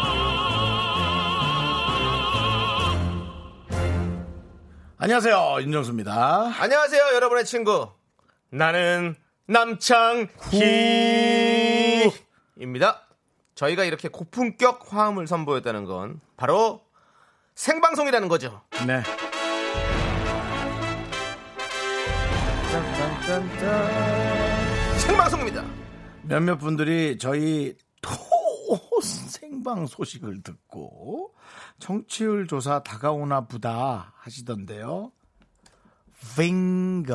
안녕하세요 어, 윤정수입니다 안녕하세요, 여러분의 친구. 나는 남창희입니다. 저희가 이렇게 고품격 화음을 선보였다는 건 바로 생방송이라는 거죠. 네 생방송입니다. 몇몇 분들이 저희 토 생방 소식을 듣고 청취율 조사 다가오나 보다 하시던데요 빙고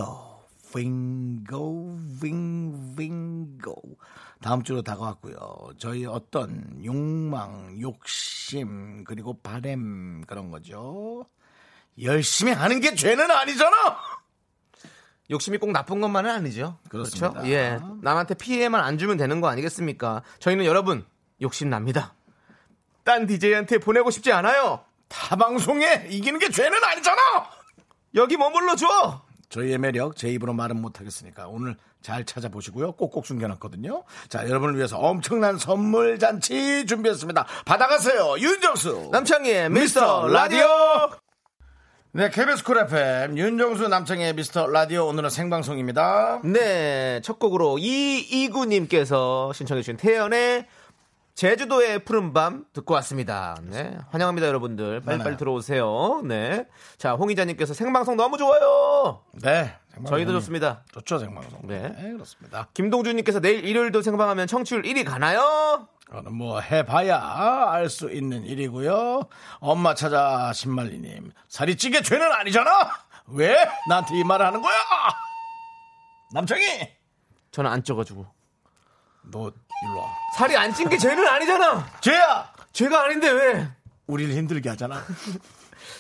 빙고 빙 빙고 다음 주로 다가왔고요 저희 어떤 욕망 욕심 그리고 바램 그런 거죠 열심히 하는 게 죄는 아니잖아 욕심이 꼭 나쁜 것만은 아니죠. 그렇습니다. 그렇죠? 예. 남한테 피해만 안 주면 되는 거 아니겠습니까? 저희는 여러분, 욕심 납니다. 딴 DJ한테 보내고 싶지 않아요. 타 방송에 이기는 게 죄는 아니잖아 여기 머물러 줘! 저희의 매력 제 입으로 말은 못하겠으니까 오늘 잘 찾아보시고요. 꼭꼭 숨겨놨거든요. 자, 여러분을 위해서 엄청난 선물 잔치 준비했습니다. 받아가세요. 윤정수. 남창희의 미스터 라디오! 네, KBS 쿨 FM 윤정수 남창의 미스터 라디오 오늘은 생방송입니다. 네, 첫 곡으로 이이구님께서 신청해주신 태연의 제주도의 푸른밤 듣고 왔습니다. 네, 환영합니다, 여러분들. 빨리빨리 많아요. 들어오세요. 네. 자, 홍희자님께서 생방송 너무 좋아요! 네. 생방송이 저희도 좋습니다. 좋죠, 생방송. 네. 그렇습니다. 김동준님께서 내일 일요일도 생방하면 청취율 1위 가나요? 그거는 뭐 해봐야 알 수 있는 일이고요. 엄마 찾아 신말리님 살이 찌게 죄는 아니잖아. 왜 나한테 이 말을 하는 거야? 남창이 저는 안 쪄가지고. 너 일로 와. 살이 안 찐 게 죄는 아니잖아! 죄야. 죄가 아닌데 왜! 우리를 힘들게 하잖아.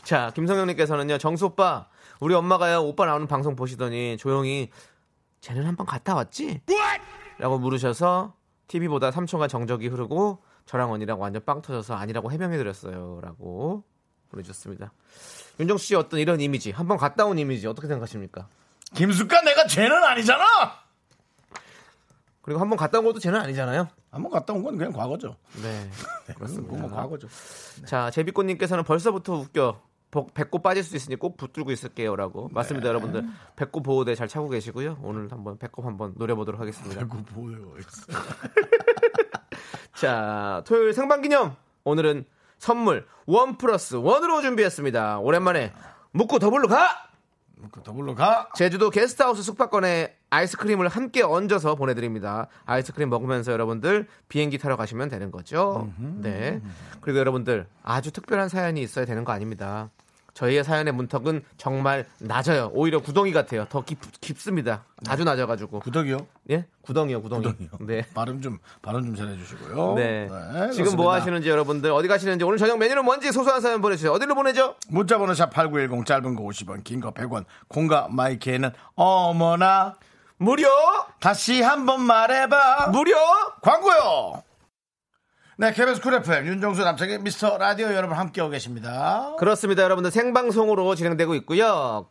자, 김성영님께서는요, 정수 오빠, 우리 엄마가요, 오빠 나오는 방송 보시더니 조용히, 쟤는 한 번 갔다 왔지? 라고 물으셔서, TV보다 3초간 정적이 흐르고, 저랑 언니랑 완전 빵 터져서 아니라고 해명해드렸어요. 라고 보내주셨습니다. 윤정수 씨 어떤 이런 이미지, 한 번 갔다 온 이미지, 어떻게 생각하십니까? 김숙가 내가 죄는 아니잖아. 그리고 한 번 갔다 온 것도 쟤는 아니잖아요. 한번 갔다 온 건 그냥 과거죠. 네. 그건 뭐 과거죠. 자, 제비꽃님께서는 벌써부터 웃겨. 복- 배꼽 빠질 수 있으니 꼭 붙들고 있을게요라고 맞습니다 여러분들 배꼽 보호대 잘 차고 계시고요 오늘 한번 배꼽 한번 노려보도록 하겠습니다 그거 보여. 자 토요일 생방기념 오늘은 선물 원 플러스 원으로 준비했습니다 오랜만에 묻고 더블로 가 그 더블로 가. 제주도 게스트하우스 숙박권에 아이스크림을 함께 얹어서 보내드립니다. 아이스크림 먹으면서 여러분들 비행기 타러 가시면 되는 거죠. 네. 그리고 여러분들 아주 특별한 사연이 있어야 되는 거 아닙니다. 저희의 사연의 문턱은 정말 낮아요. 오히려 구덩이 같아요. 더 깊, 깊습니다. 아주 낮아가지고. 구덕이요. 예? 구덩이요, 구덩이. 구덩이요. 네. 발음 좀 발음 좀 잘해주시고요. 네. 지금 그렇습니다. 뭐 하시는지 여러분들 어디 가시는지 오늘 저녁 메뉴는 뭔지 소소한 사연 보내주세요. 어디로 보내죠? 문자번호 샵8910 짧은 거 50원, 긴 거 100원, 공과 마이키에는 어머나 무료! 다시 한번 말해봐. 무료! 광고요. 네, KBS 쿨 FM 윤정수 남창의 미스터 라디오 여러분 함께하고 계십니다. 그렇습니다, 여러분들. 생방송으로 진행되고 있고요.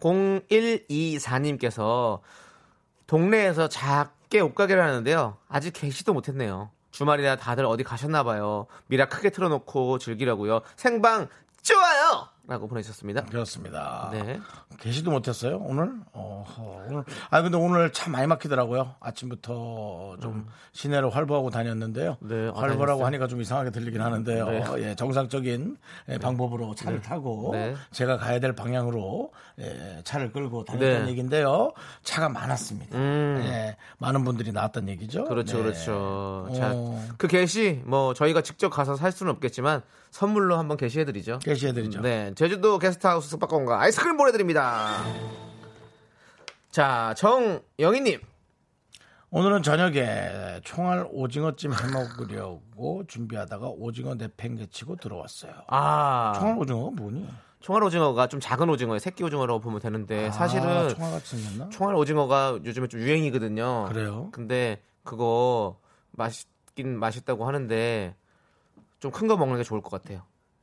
0124님께서 동네에서 작게 옷가게를 하는데요. 아직 개시도 못했네요. 주말이라 다들 어디 가셨나봐요. 미라 크게 틀어놓고 즐기려고요. 생방 좋아요! 라고 보내주셨습니다. 그렇습니다. 네. 계시도 못했어요 오늘. 어허, 오늘. 아 근데 오늘 참 많이 막히더라고요. 아침부터 좀 시내로 활보하고 다녔는데요. 음. 네, 아, 활보라고 다녔어요? 하니까 좀 이상하게 들리긴 하는데요. 예, 정상적인 예, 방법으로 차를 타고 네. 제가 가야 될 방향으로 예, 차를 끌고 다녔다는 네. 얘기인데요. 차가 많았습니다. 음. 예, 많은 분들이 나왔던 얘기죠. 그렇죠, 네. 그렇죠. 자, 어. 그 게시, 뭐, 저희가 직접 가서 살 수는 없겠지만, 선물로 한번 게시해드리죠. 게시해드리죠. 네, 제주도 게스트하우스 숙박권과 아이스크림 보내드립니다. 자, 정영희님. 오늘은 저녁에 총알 오징어찜 해 먹으려고 준비하다가 오징어 내팽개치고 들어왔어요. 아, 총알 오징어가 뭐니? 총알 오징어가 좀 작은 오징어에 새끼 오징어라고 보면 되는데 아, 사실은 총알 같이 생겼나? 총알 오징어가 요즘에 좀 유행이거든요. 그래요? 근데 그거 맛있긴 맛있다고 하는데 좀 큰 거 먹는 게 좋을 것 같아요.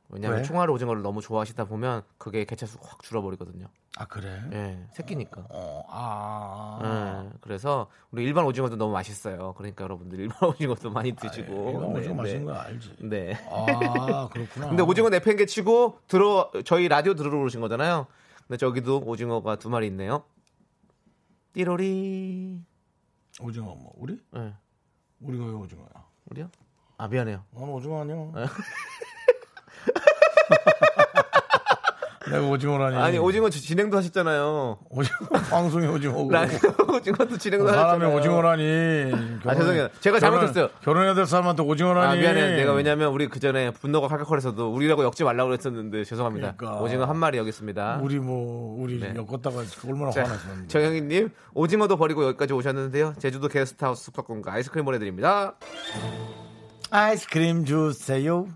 왜냐하면 왜? 총알 오징어를 너무 좋아하시다 보면 그게 개체수가 확 줄어버리거든요. 아 그래? 예, 새끼니까. 어, 아. 예, 그래서 우리 일반 오징어도 너무 맛있어요. 그러니까 여러분들 일반 오징어도 많이 드시고. 예, 이거 네, 아, 오징어 맛있는 네. 거 알지? 네. 아 그렇구나. 근데 오징어 네 내팽개치고 들어 저희 라디오 들으러 오신 거잖아요. 근데 저기도 오징어가 두 마리 있네요. 띠로리. 오징어 뭐 우리? 예. 우리가 왜 오징어야? 우리요? 아 미안해요. 난 오징어 아니야. 내가 오징어라니. 아니 오징어 지- 진행도 하셨잖아요. 네. 오징어 방송에 오징어고. 그 라디오 오징어도 진행도 사람이 하셨잖아요. 오징어라니. 아, 죄송해요. 제가 잘못했어요. 결혼해야 될 사람한테 오징어라니. 아 미안해. 내가 왜냐면 우리 그 전에 분노가 칼칼거려서도 우리라고 엮지 말라고 그랬었는데 죄송합니다. 그러니까. 오징어 한 마리 여기 있습니다. 우리 뭐 우리 네. 엮었다가 얼마나 자, 화나셨는데. 정영희님 오징어도 버리고 여기까지 오셨는데요. 제주도 게스트하우스 숙박권과 아이스크림 보내드립니다. 아이스크림 주세요.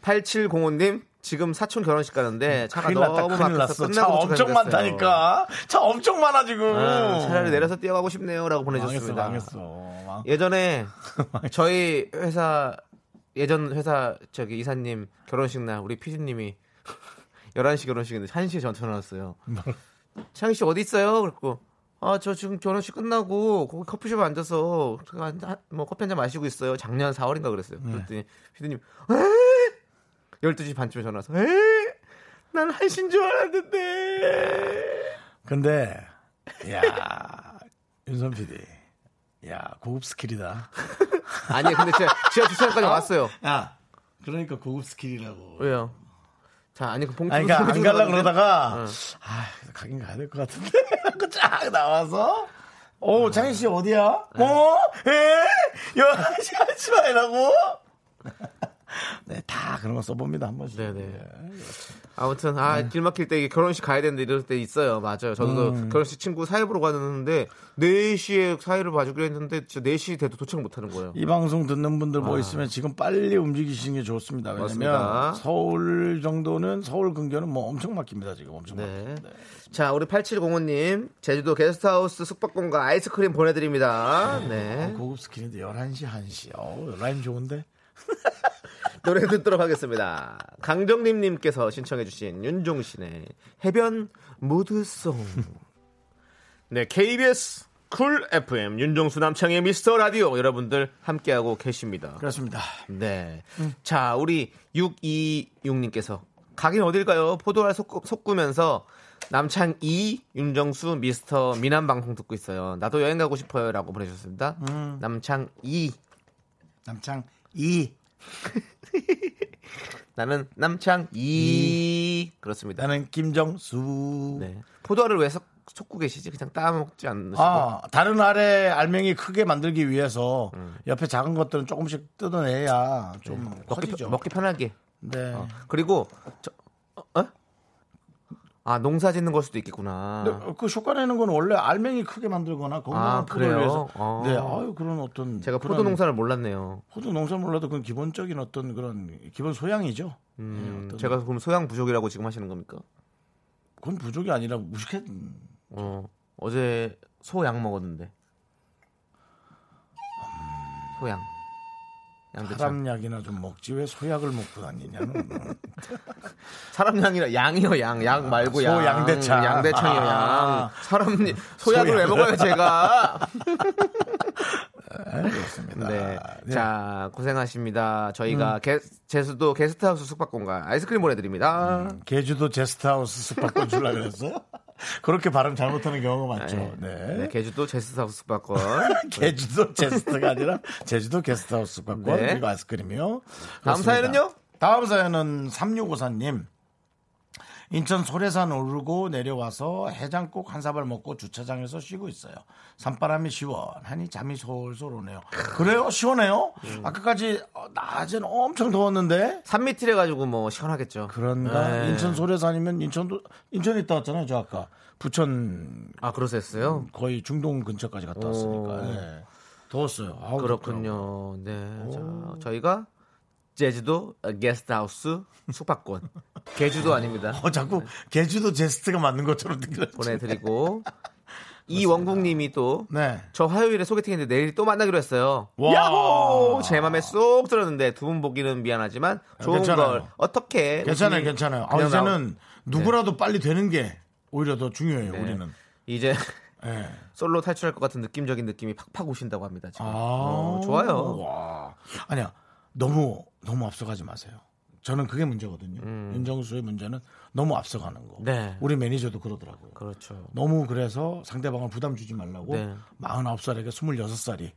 8705님 지금 사촌 결혼식 가는데 차가 음, 큰일 났다. 너무 큰일 났어. 막혀서 끝나고 차 엄청 도착하게 됐어요. 많다니까. 차 엄청 많아 지금. 아, 차라리 내려서 뛰어가고 싶네요라고 망했어, 보내줬습니다. 망했어. 망- 예전에 저희 회사 예전 회사 저기 이사님 결혼식 날 우리 피디님이 11시 결혼식인데 1시에 전 전화 왔어요. 창희 씨 어디 있어요? 그랬고 아 저 지금 결혼식 끝나고 거기 커피숍에 앉아서 제가 한- 한- 뭐 커피 한 잔 마시고 있어요. 작년 4월인가 그랬어요. 그랬더니 피디님 에? 12시 반쯤에 전화 와서 에? 난 한신 줄 알았는데 근데 야 윤선 PD, 야 고급 스킬이다. 아니 근데 제가, 제가 주차장까지 왔어요. 야 그러니까 고급 스킬이라고. 왜요? 자 아니 그 봉투 아니, 그러니까 안 갈라 가는데. 그러다가 아 가긴 가야 될 것 같은데 하고 쫙 나와서 오 장희 씨 어디야? 어? 에? 여시 아, 하지 말라고? 네 다 그런 거 써봅니다 한 번씩. 네네. 아무튼 아 네. 길 막힐 때 이게 결혼식 가야 되는데 이럴 때 있어요. 맞아요. 저도 음. 결혼식 친구 사회 보러 갔는데 4시에 사회를 봐주기로 했는데 진짜 4시 돼도 도착 못 하는 거예요. 이 방송 듣는 분들 뭐 있으면 지금 빨리 움직이시는 게 좋습니다. 왜냐면 아. 맞습니다. 서울 정도는 서울 근교는 뭐 엄청 막힙니다 지금 엄청. 네. 막힙니다. 자, 우리 8705님, 제주도 게스트하우스 숙박권과 아이스크림 보내드립니다. 네. 고급 스킨인데 11시 1시. 어, 라임 좋은데. 노래 듣도록 하겠습니다. 강정림님께서 신청해주신 윤종신의 해변 무드송. 네, KBS 쿨 FM 윤종수 남창의 미스터 라디오 여러분들 함께하고 계십니다. 그렇습니다. 네. 자, 우리 626님께서 가긴 어딜까요? 포도알 솟구, 솟구면서 남창이, 윤정수, 미스터 미남 방송 듣고 있어요. 나도 여행 가고 싶어요. 라고 보내주셨습니다. 남창이. 남창 2. 나는 남창이. 그렇습니다. 나는 김정수. 네. 포도알을 왜 섞, 고 계시지? 그냥 따먹지 않으시고. 아, 다른 알에 알맹이 크게 만들기 위해서 옆에 작은 것들은 조금씩 뜯어내야 좀 음. 네, 먹기, 커지죠. 편- 먹기 편하게. 네. 어. 그리고, 저, 어? 어? 아, 농사 짓는 걸 수도 있겠구나. 근데 그 효과내는 건 원래 알맹이 크게 만들거나 건강한 아, 포도를 그래요? 위해서 아. 네, 아유 그런 어떤 제가 포도 그런 농사를 몰랐네요. 포도 농사 몰라도 그건 기본적인 어떤 그런 기본 소양이죠. 음, 네, 어떤- 제가 그럼 소양 부족이라고 지금 하시는 겁니까? 그건 부족이 아니라 무식해. 음, 어, 어제 소양 먹었는데. 소양. 양배추. 사람, 사람 약이나 좀 먹지 왜 소약을 먹고 다니냐는. 양이라 양이요 양. 양 말고 소 양. 양대창. 양대창이요 아. 양. 사람 소약을 소양. 왜 먹어요 제가? 그렇습니다. 네. 자 고생하십니다. 저희가 음. 게, 제주도 게스트하우스 숙박권과 아이스크림 보내드립니다. 음, 제주도 제스트하우스 숙박권 주려 그랬어? 그렇게 발음 잘못하는 경우가 많죠. 네. 네, 제주도 게스트하우스 숙박권. 제주도 제스트가 아니라 제주도 게스트하우스 숙박권 네. 그리고 아이스크림이요. 다음 그렇습니다. 사연은요? 다음 사연은 3654님. 인천 소래산 오르고 내려와서 해장국 한 사발 먹고 주차장에서 쉬고 있어요. 음. 산바람이 시원하니 잠이 솔솔 오네요. 그래요? 시원해요? 아까까지 어, 낮엔 엄청 더웠는데 3미틀 해가지고 뭐 시원하겠죠. 그런가? 네. 인천 소래서 아니면 인천도 인천에 있다 왔잖아요. 저 아까 부천 아 그러셨어요? 거의 중동 근처까지 갔다 왔으니까 예. 더웠어요. 아우, 그렇군요. 네. 자, 저희가 제주도 게스트하우스 숙박권. 제주도 아닙니다. 어 자꾸 제주도 제스트가 맞는 것처럼 느껴. 네. 아, 보내드리고 이원국님이 또 저 네. 화요일에 소개팅인데 내일 또 만나기로 했어요. 와. 야호! 제 맘에 쏙 들었는데 두 분 보기는 미안하지만 좋은 괜찮아요. 걸 어떻게 괜찮아요, 웃음이 괜찮아요. 아, 그냥 나오- 이제는 누구라도 빨리 되는 게 오히려 더 중요해요. 네. 우리는. 이제 예. 솔로 탈출할 것 같은 느낌적인 느낌이 팍팍 오신다고 합니다. 지금 아, 어, 좋아요. 와. 아니야. 너무 너무 앞서가지 마세요. 저는 그게 문제거든요. 윤정수의 문제는 너무 앞서가는 거. 음. 네. 우리 매니저도 그러더라고요. 그렇죠. 너무 그래서 상대방을 부담 주지 말라고 네. 49살에게 26살이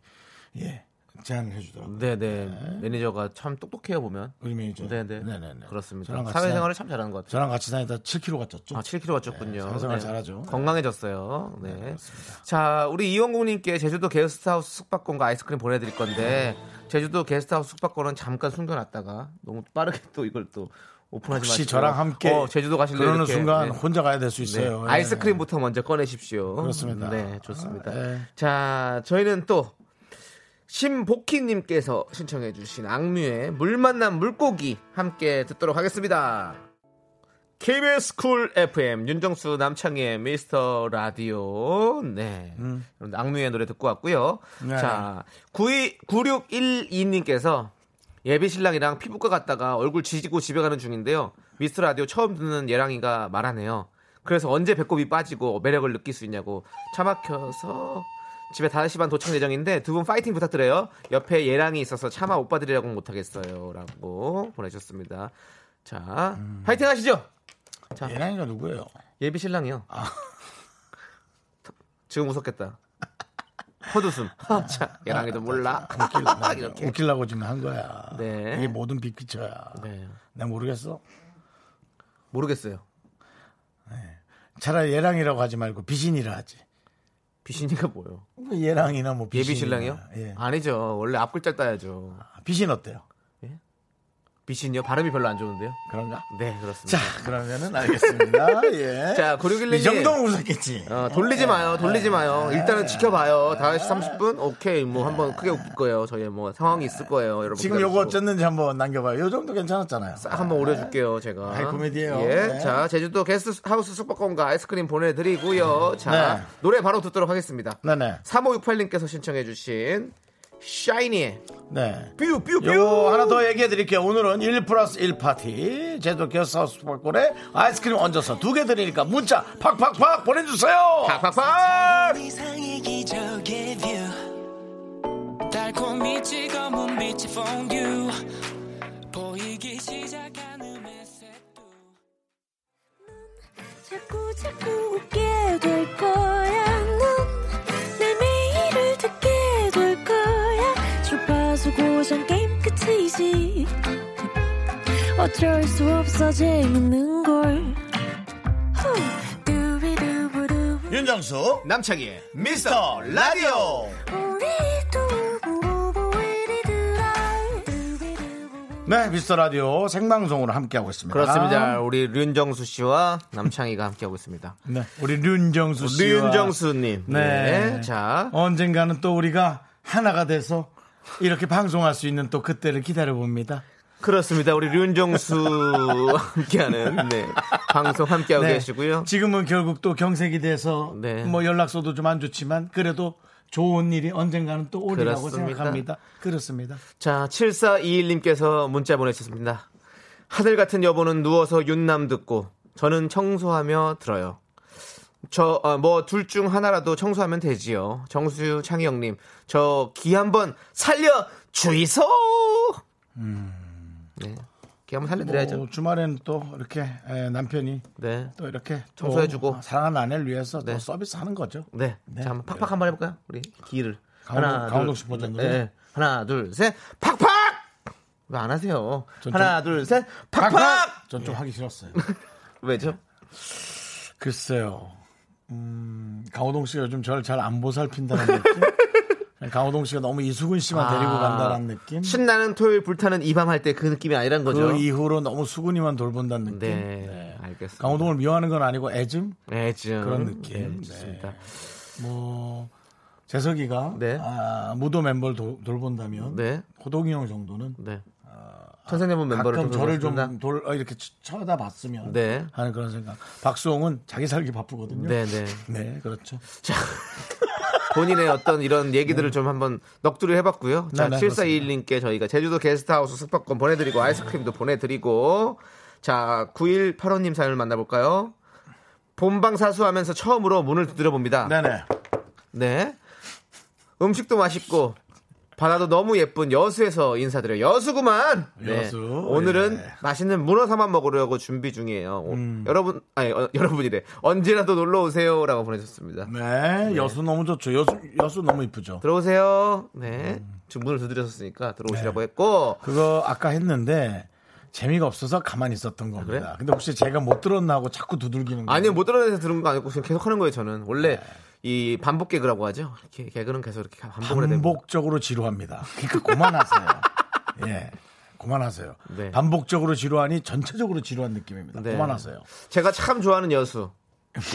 예. 제안을 해 주더라고요. 네네 매니저가 참 똑똑해요 보면. 우리 매니저. 네네 그렇죠. 네네네. 그렇습니다. 저랑 같이 사회생활을 참 잘하는 것 같아요. 저랑 같이 다니다 7kg가 쪘죠. 아 7kg가 쪘군요. 네, 사회생활 잘하죠. 건강해졌어요. 네. 자 우리 이원국님께 제주도 게스트하우스 숙박권과 아이스크림 보내드릴 건데 제주도 게스트하우스 숙박권은 잠깐 숨겨놨다가 너무 빠르게 또 이걸 또 오픈하지 마시고 혹시 저랑 함께 어, 제주도 가실래요? 그러는 이렇게. 순간 네. 혼자 가야 될 수 네, 있어요. 예. 아이스크림부터 먼저 꺼내십시오. 그렇습니다. 네, 좋습니다. 아, 예. 자, 저희는 또 신복희님께서 신청해주신 악뮤의 물 만난 물고기 함께 듣도록 하겠습니다. KBS 쿨 FM 윤정수 남창희의 미스터 라디오 네 여러분들 악뮤의 노래 듣고 왔고요 네. 자 92, 9612님께서 예비 신랑이랑 피부과 갔다가 얼굴 지지고 집에 가는 중인데요 미스터 라디오 처음 듣는 예랑이가 말하네요 그래서 언제 배꼽이 빠지고 매력을 느낄 수 있냐고 차 막혀서 집에 5시 반 도착 예정인데 두 분 파이팅 부탁드려요 옆에 예랑이 있어서 차마 오빠들이라고 못하겠어요 라고 보내주셨습니다 자 파이팅 하시죠 자, 예랑이가 누구예요? 예비 신랑이요. 아. 지금 웃었겠다. 헛웃음. 아, 자, 예랑이도 몰라. 아, 이렇게. 웃기려고 지금 한 거야. 네. 이게 모든 빅피처야. 네, 난 모르겠어. 모르겠어요. 차라리 예랑이라고 하지 말고 비신이라 하지. 비신이가 뭐요? 예랑이나 뭐 비신. 예비 신랑이요? 예. 아, 아니죠. 원래 앞글자 따야죠. 비신 어때요? 비신이요? 발음이 별로 안 좋은데요? 그런가? 네, 그렇습니다. 자, 그러면은 알겠습니다. 예. 자, 9611님. 이 정도면 예. 웃었겠지. 예. 어, 돌리지 마요, 돌리지 마요. 일단은 지켜봐요. 5시 30분? 오케이. 뭐, 한번 크게 웃길 거예요. 저희 뭐, 상황이 있을 거예요. 여러분. 지금 기다리시고. 요거 어쨌는지 한번 남겨봐요. 요 정도 괜찮았잖아요. 싹 한번 오려줄게요 제가. 아이, 코미디예요. 예, 네. 자 제주도 게스트 하우스 숙박권과 아이스크림 보내드리고요. 자 네. 노래 바로 듣도록 하겠습니다. 네네. 3568님께서 신청해주신 샤이니의 네. 뾰뾰뾰. 요 하나 더 얘기해 드릴게요. 오늘은 1 플러스 1 파티. 제도 게스트하우스 박골에 아이스크림 얹어서 두 개 드리니까 문자 팍팍팍 보내주세요. 팍팍팍. 세상의 기적의 뷰 달콤히 찍어문 빛이 퐁듀 보이기 시작한 음의 색도 자꾸 자꾸 웃게 될 거야. 넌내 매일을 듣게 될 거야. 주파수 고정 게임 끝이지. 어쩔 수 없어 재밌는 걸. 후. 두비두부두. 윤정수 남창희의 미스터 라디오. 우리 두부부부 우리 두라. 두비두부부. 네, 미스터 라디오 생방송으로 함께하고 있습니다. 그렇습니다. 우리 류정수 씨와 남창희가 함께하고 있습니다. 네, 우리 류정수 씨. 류정수님. 네. 자. 언젠가는 또 우리가 하나가 돼서 이렇게 방송할 수 있는 또 그때를 기다려 봅니다. 그렇습니다. 우리 류정수와 함께하는 네, 방송 함께하고 계시고요. 네. 지금은 결국 또 경색이 돼서 네. 뭐 연락소도 좀 안 좋지만 그래도 좋은 일이 언젠가는 또 오리라고 그렇습니다. 생각합니다. 그렇습니다. 자, 7421님께서 문자 보내주셨습니다. 하늘 같은 여보는 누워서 윤남 듣고, 저는 청소하며 들어요. 저, 뭐, 둘 중 하나라도 청소하면 되지요. 정수 창희형님, 저 귀 한번 살려주이소! 네. 귀 한번 살려드려야죠. 뭐 주말에는 또 이렇게 에, 남편이 네. 또 이렇게 또 청소해주고. 사랑하는 아내를 위해서 또 네. 서비스 하는 거죠. 네. 자, 한번 팍팍 한번 해볼까요? 우리 귀를. 강호- 강호동 둘, 씨 버전 노래? 네. 하나, 둘, 셋. 팍팍! 왜 안 하세요? 전 좀- 하나, 둘, 셋. 팍팍! 전 좀 하기 싫었어요. 왜죠? 글쎄요. 음, 강호동 씨가 요즘 저를 잘 안 보살핀다는 느낌? 강호동 씨가 너무 이수근 씨만 데리고 아, 간다라는 느낌. 신나는 토요일 불타는 이 밤 할 때 그 느낌이 아니란 거죠. 그 이후로 너무 수근이만 돌본다는 느낌. 네, 알겠습니다. 강호동을 미워하는 건 아니고 애즘 네, 지금. 그런 느낌. 네, 좋습니다. 뭐 재석이가 네. 아, 무도 멤버를 도- 돌본다면 네. 호동이 형 정도는 네. 선생님은 멤버를 가끔 좀 저를 돌아보겠습니다. 좀 돌, 어, 이렇게 쳐- 쳐다봤으면 네. 하는 그런 생각. 박수홍은 자기 살기 바쁘거든요. 네, 네. 네, 그렇죠. 자. 본인의 어떤 이런 얘기들을 좀 한번 넋두리 해봤고요. 자, 네, 네, 7421님께 저희가 제주도 게스트하우스 숙박권 보내드리고 아이스크림도 보내드리고 자, 9185님 사연을 만나볼까요? 본방 사수하면서 처음으로 문을 두드려 봅니다. 네, 네. 네. 음식도 맛있고 바다도 너무 예쁜 여수에서 인사드려요. 여수구만. 네. 여수. 오늘은 예. 음. 맛있는 문어사만 먹으려고 준비 중이에요. 오- 여러분, 아니 어, 여러분이래. 언제나 또 놀러 오세요라고 보내셨습니다. 네, 여수 너무 좋죠. 여수 여수 너무 이쁘죠. 들어오세요. 네. 음. 지금 문을 두드렸으니까 들어오시라고 네. 했고 그거 아까 했는데 재미가 없어서 가만히 있었던 겁니다. 아, 그래? 근데 혹시 제가 못 들었나 하고 자꾸 두들기는 거예요. 아니요 못 들어내서 들은 거 아니고 지금 계속 하는 거예요. 저는 네. 원래 이 반복 개그라고 하죠. 이렇게 개그는 계속 이렇게 반복을 해야 됩니다. 반복적으로 지루합니다. 그러니까 그만하세요. 예. 그만하세요. 네. 반복적으로 지루하니 전체적으로 지루한 느낌입니다. 네. 그만하세요. 제가 참 좋아하는 여수.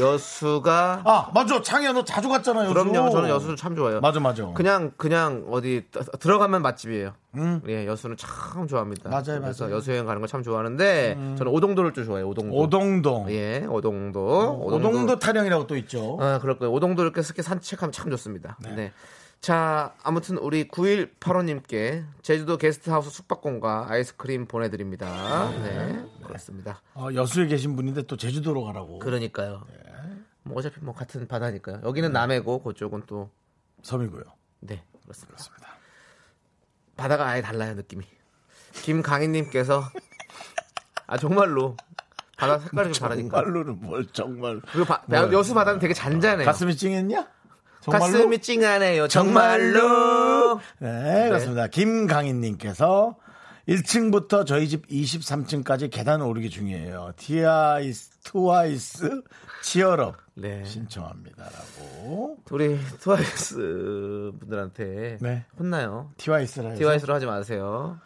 여수가 아, 맞아. 창희야, 너 자주 갔잖아요. 여수. 그럼요. 저는 여수를 참 좋아해요. 맞아, 맞아. 그냥 그냥 어디 떠- 들어가면 맛집이에요. 예, 여수는 참 좋아합니다. 맞아요, 그래서 맞아요. 여수 여행 가는 걸 참 좋아하는데 저는 오동도를 좀 좋아해요. 음. 오동도. 오동동. 예, 오동도. 오동도 타령이라고 또 있죠. 아, 그럴 거예요. 오동도 이렇게 스키 산책하면 참 좋습니다. 네. 자, 아무튼 우리 9185님께 제주도 게스트하우스 숙박권과 아이스크림 보내드립니다. 네, 그렇습니다. 어, 여수에 계신 분인데 또 제주도로 가라고. 그러니까요. 뭐 어차피 뭐 같은 바다니까요. 여기는 남해고 그쪽은 또 섬이고요. 네, 그렇습니다. 바다가 아예 달라요, 느낌이. 김강희님께서 아 정말로 바다 색깔이 좀 다르니까. 정말로는 뭘 정말. 그리고 바- 여수 바다는 되게 잔잔해요. 가슴이 찡했냐? 정말로? 가슴이 찡하네요. 정말로. 네, 그렇습니다. 김강인님께서 1층부터 저희 집 23층까지 계단 오르기 중이에요. 티아이스, 트와이스, 치얼업 네. 신청합니다라고. 우리 트와이스 분들한테 네. 혼나요. 티와이스라 해서. 트와이스로 하지 마세요.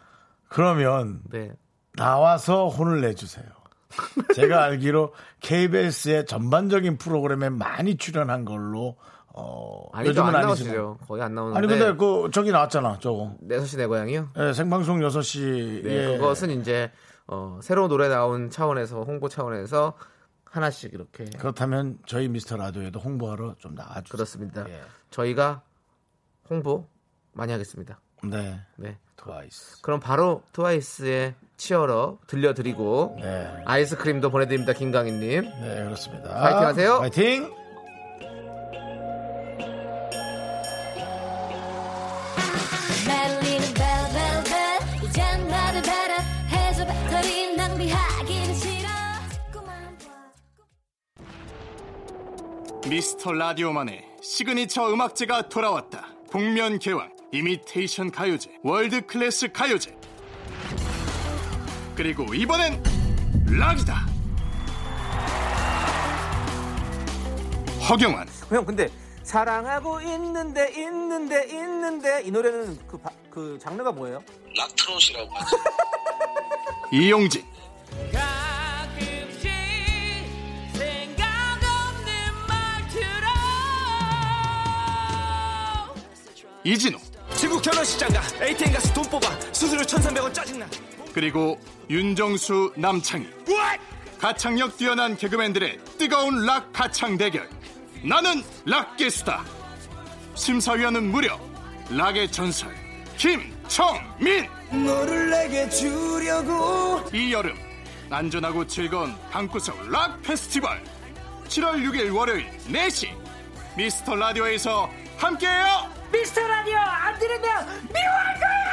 그러면 네. 나와서 혼을 내주세요. 제가 알기로 KBS의 전반적인 프로그램에 많이 출연한 걸로 어, 아니, 요즘은 안 나오시죠. 네. 거의 안 나오는데. 아니 근데 그 저기 나왔잖아 저거 내서시 내 고향이요. 예, 생방송 6시 네, 예. 그것은 이제 어, 새로 노래 나온 차원에서 홍보 차원에서 하나씩 이렇게 그렇다면 저희 미스터 라디오에도 홍보하러 좀 나와주세요. 그렇습니다. 예. 저희가 홍보 많이 하겠습니다. 네. 네. 트와이스. 그럼 바로 트와이스의 치어러 들려드리고 네. 아이스크림도 보내드립니다. 김강인님. 네, 그렇습니다. 파이팅 하세요. 파이팅! 날리는 벨벨벨 이젠 나를 베라 해줘 배터리 낭비하긴 싫어 자꾸만 봐. 미스터 라디오만의 시그니처 음악제가 돌아왔다. 복면 개왕, 이미테이션 가요제, 월드 클래스 가요제. 그리고 이번엔 락이다. 허경환, 형 근데 사랑하고 있는데 있는데 있는데 이 노래는 그, 바- 그 장르가 뭐예요? 이용진, 가끔씩 생각 없는 말투로 이진호, 지구 결혼시장 가 ATM 가서 돈 뽑아 수수료 1300원 짜증나 그리고 윤정수 남창희. 가창력 뛰어난 개그맨들의 뜨거운 락 가창 대결. 나는 락게스타. 심사위원은 무려 락의 전설 김청민. 너를 내게 주려고 이 여름 안전하고 즐거운 방구석 락 페스티벌 7월 6일 월요일 4시 미스터 라디오에서 함께해요. 미스터 라디오 안 들으면 미워할 거야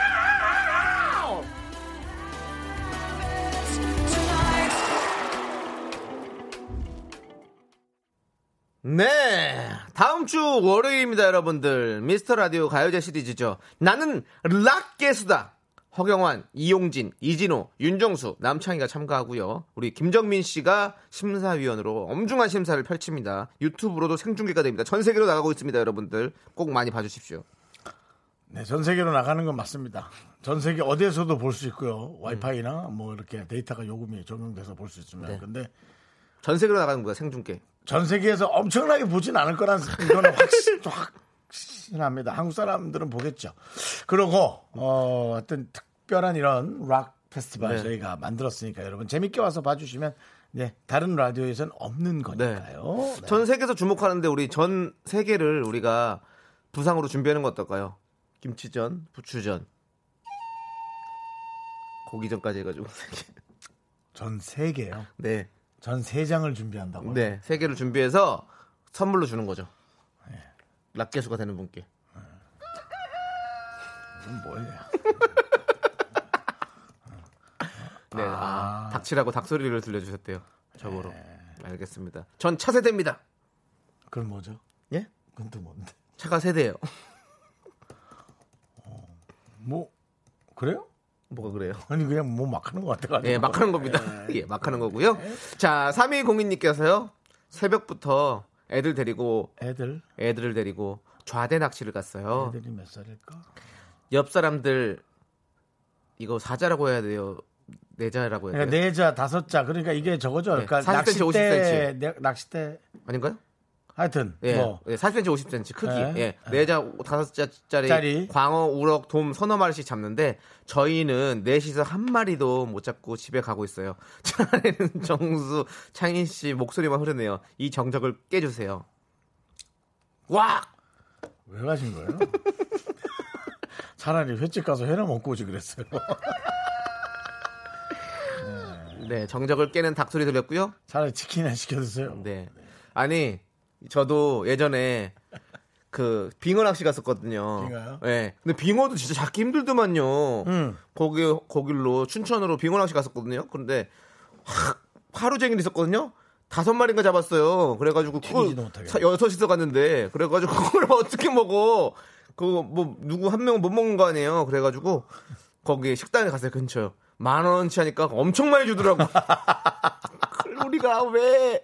네. 다음 주 월요일입니다, 여러분들. 미스터 라디오 가요제 시리즈죠. 나는 락 개수다. 허경환, 이용진, 이진호, 윤정수, 남창희가 참가하고요. 우리 김정민 씨가 심사위원으로 엄중한 심사를 펼칩니다. 유튜브로도 생중계가 됩니다. 전 세계로 나가고 있습니다, 여러분들. 꼭 많이 봐주십시오. 네, 전 세계로 나가는 건 맞습니다. 전 세계 어디에서도 볼 수 있고요. 와이파이나 음. 뭐 이렇게 데이터가 요금이 적용돼서 볼 수 있지만 네. 근데 전 세계로 나가는 거야 생중계. 전 세계에서 엄청나게 보진 않을 거란 이거는 확신, 확신합니다. 한국 사람들은 보겠죠. 그리고 어, 어떤 특별한 이런 락 페스티벌 네. 저희가 만들었으니까 여러분 재밌게 와서 봐주시면 네, 다른 라디오에선 없는 거니까요. 네. 전 세계에서 주목하는데 우리 전 세계를 우리가 부상으로 준비하는 거 어떨까요? 김치전, 부추전, 고기전까지 해가지고 세계. 전 세계요. 네, 전 세 장을 준비한다고요. 네, 세계를 준비해서 선물로 주는 거죠. 네. 락개수가 되는 분께. 이건 뭐예요? 네, 아, 네. 닥치라고 닭소리를 들려주셨대요. 저보로. 알겠습니다. 전 차세대입니다. 그건 뭐죠? 예? 그건 또 뭔데? 차가 세대예요. 뭐 그래요? 뭐가 그래요? 아니 그냥 뭐 막 하는 것 같아가지고. 예, 막 하는 겁니다. 예, 막 하는 거고요. 자, 3202님께서요. 새벽부터 애들 데리고 애들 애들을 데리고 좌대 낚시를 갔어요. 애들이 몇 살일까? 옆 사람들 이거 사자라고 해야 돼요. 내자라고 해야 돼요. 그러니까 네 자, 다섯 자. 그러니까 이게 저거죠. 네, 그러니까 40cm, 낚싯대, 네, 낚싯대. 아닌가요? 하여튼 예. 뭐 예, 40cm, 50cm 크기. 네. 예. 네자 다섯 자짜리 짜리. 광어, 우럭, 돔 서너 마리씩 잡는데 저희는 넷이서 한 마리도 못 잡고 집에 가고 있어요. 차 안에는 정수, 창인 씨 목소리만 흐르네요. 이 정적을 깨주세요. 와! 왜 가신 거예요? 차라리 횟집 가서 회나 먹고 오지 그랬어요. 네, 정적을 깨는 닭소리 들렸고요. 차라리 치킨이나 시켜 드세요. 네. 아니, 저도 예전에 그 빙어 낚시 갔었거든요. 빙어요? 네. 근데 빙어도 진짜 잡기 힘들더만요. 음. 거기 거길로 춘천으로 빙어 낚시 갔었거든요. 근데 확 하루 종일 있었거든요. 다섯 마리인가 잡았어요. 그래가지고 튀기지도 그걸 못하게. 사- 여섯이서 갔는데 그래가지고 그걸 어떻게 먹어? 그거 뭐 누구 한 명은 못 먹는 거 아니에요. 그래가지고 거기 식당에 갔어요 근처. 만 원치 하니까 엄청 많이 주더라고. 그걸 우리가 왜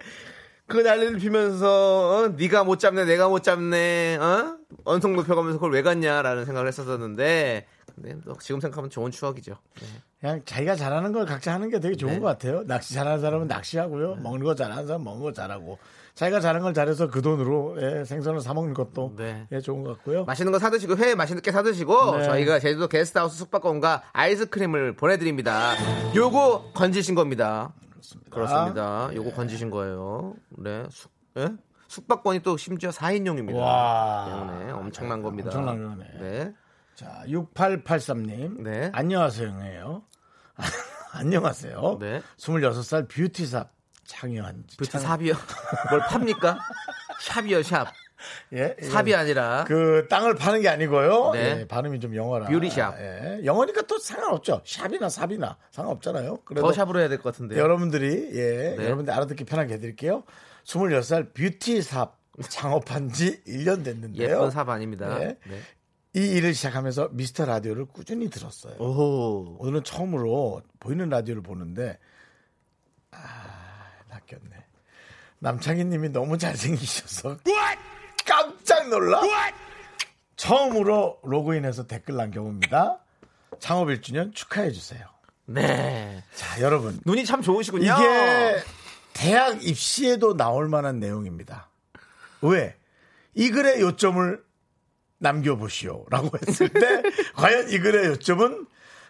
그 난리를 피면서 어? 네가 못 잡네 내가 못 잡네 어? 언성 높여가면서 그걸 왜 갔냐라는 생각을 했었었는데 근데 또 지금 생각하면 좋은 추억이죠 네. 그냥 자기가 잘하는 걸 각자 하는 게 되게 좋은 네. 음. 것 같아요. 낚시 잘하는 사람은 낚시하고요. 먹는 거 잘하는 사람은 먹는 거 잘하고. 자기가 잘하는 걸 잘해서 그 돈으로 예, 생선을 사 먹는 것도 네. 예, 좋은 것 같고요. 맛있는 거 사드시고 회 맛있게 사드시고 네. 저희가 제주도 게스트하우스 숙박권과 아이스크림을 보내드립니다 요거 건지신 겁니다 그렇습니다, 요거 건지신 거예요 네 숙, 예? 숙박권이 또 심지어 4인용입니다 와. 때문에 엄청난 겁니다 엄청난 거네. 네. 자, 6883님. 네. 안녕하세요,예요. 안녕하세요. 네. 26살 뷰티샵 창현. 뷰티 창- 삽이요? 뭘 팝니까? 샵이요, 샵. 예. 이건 삽이 아니라. 그 땅을 파는 게 아니고요. 네. 예, 발음이 좀 영어라. 뷰티샵. 예. 영어니까 또 상관없죠. 샵이나 삽이나 상관없잖아요. 더 그래도 샵으로 해야 될 것 같은데요. 여러분들이 예, 네. 여러분들 알아듣기 편하게 해드릴게요. 26살 뷰티샵 창업한 지 1년 됐는데요. 예쁜 삽 아닙니다. 네. 네. 이 일을 시작하면서 미스터 라디오를 꾸준히 들었어요. 오호. 오늘은 처음으로 보이는 라디오를 보는데 아 낚였네 남창희님이 너무 잘생기셔서 깜짝 놀라 처음으로 로그인해서 댓글 남겨봅니다 창업 1주년 축하해주세요 네. 자 여러분 눈이 참 좋으시군요. 이게 대학 입시에도 나올 만한 내용입니다 왜? 이 글의 요점을 남겨보시오. 라고 했을 때, 과연 이 글의 요점은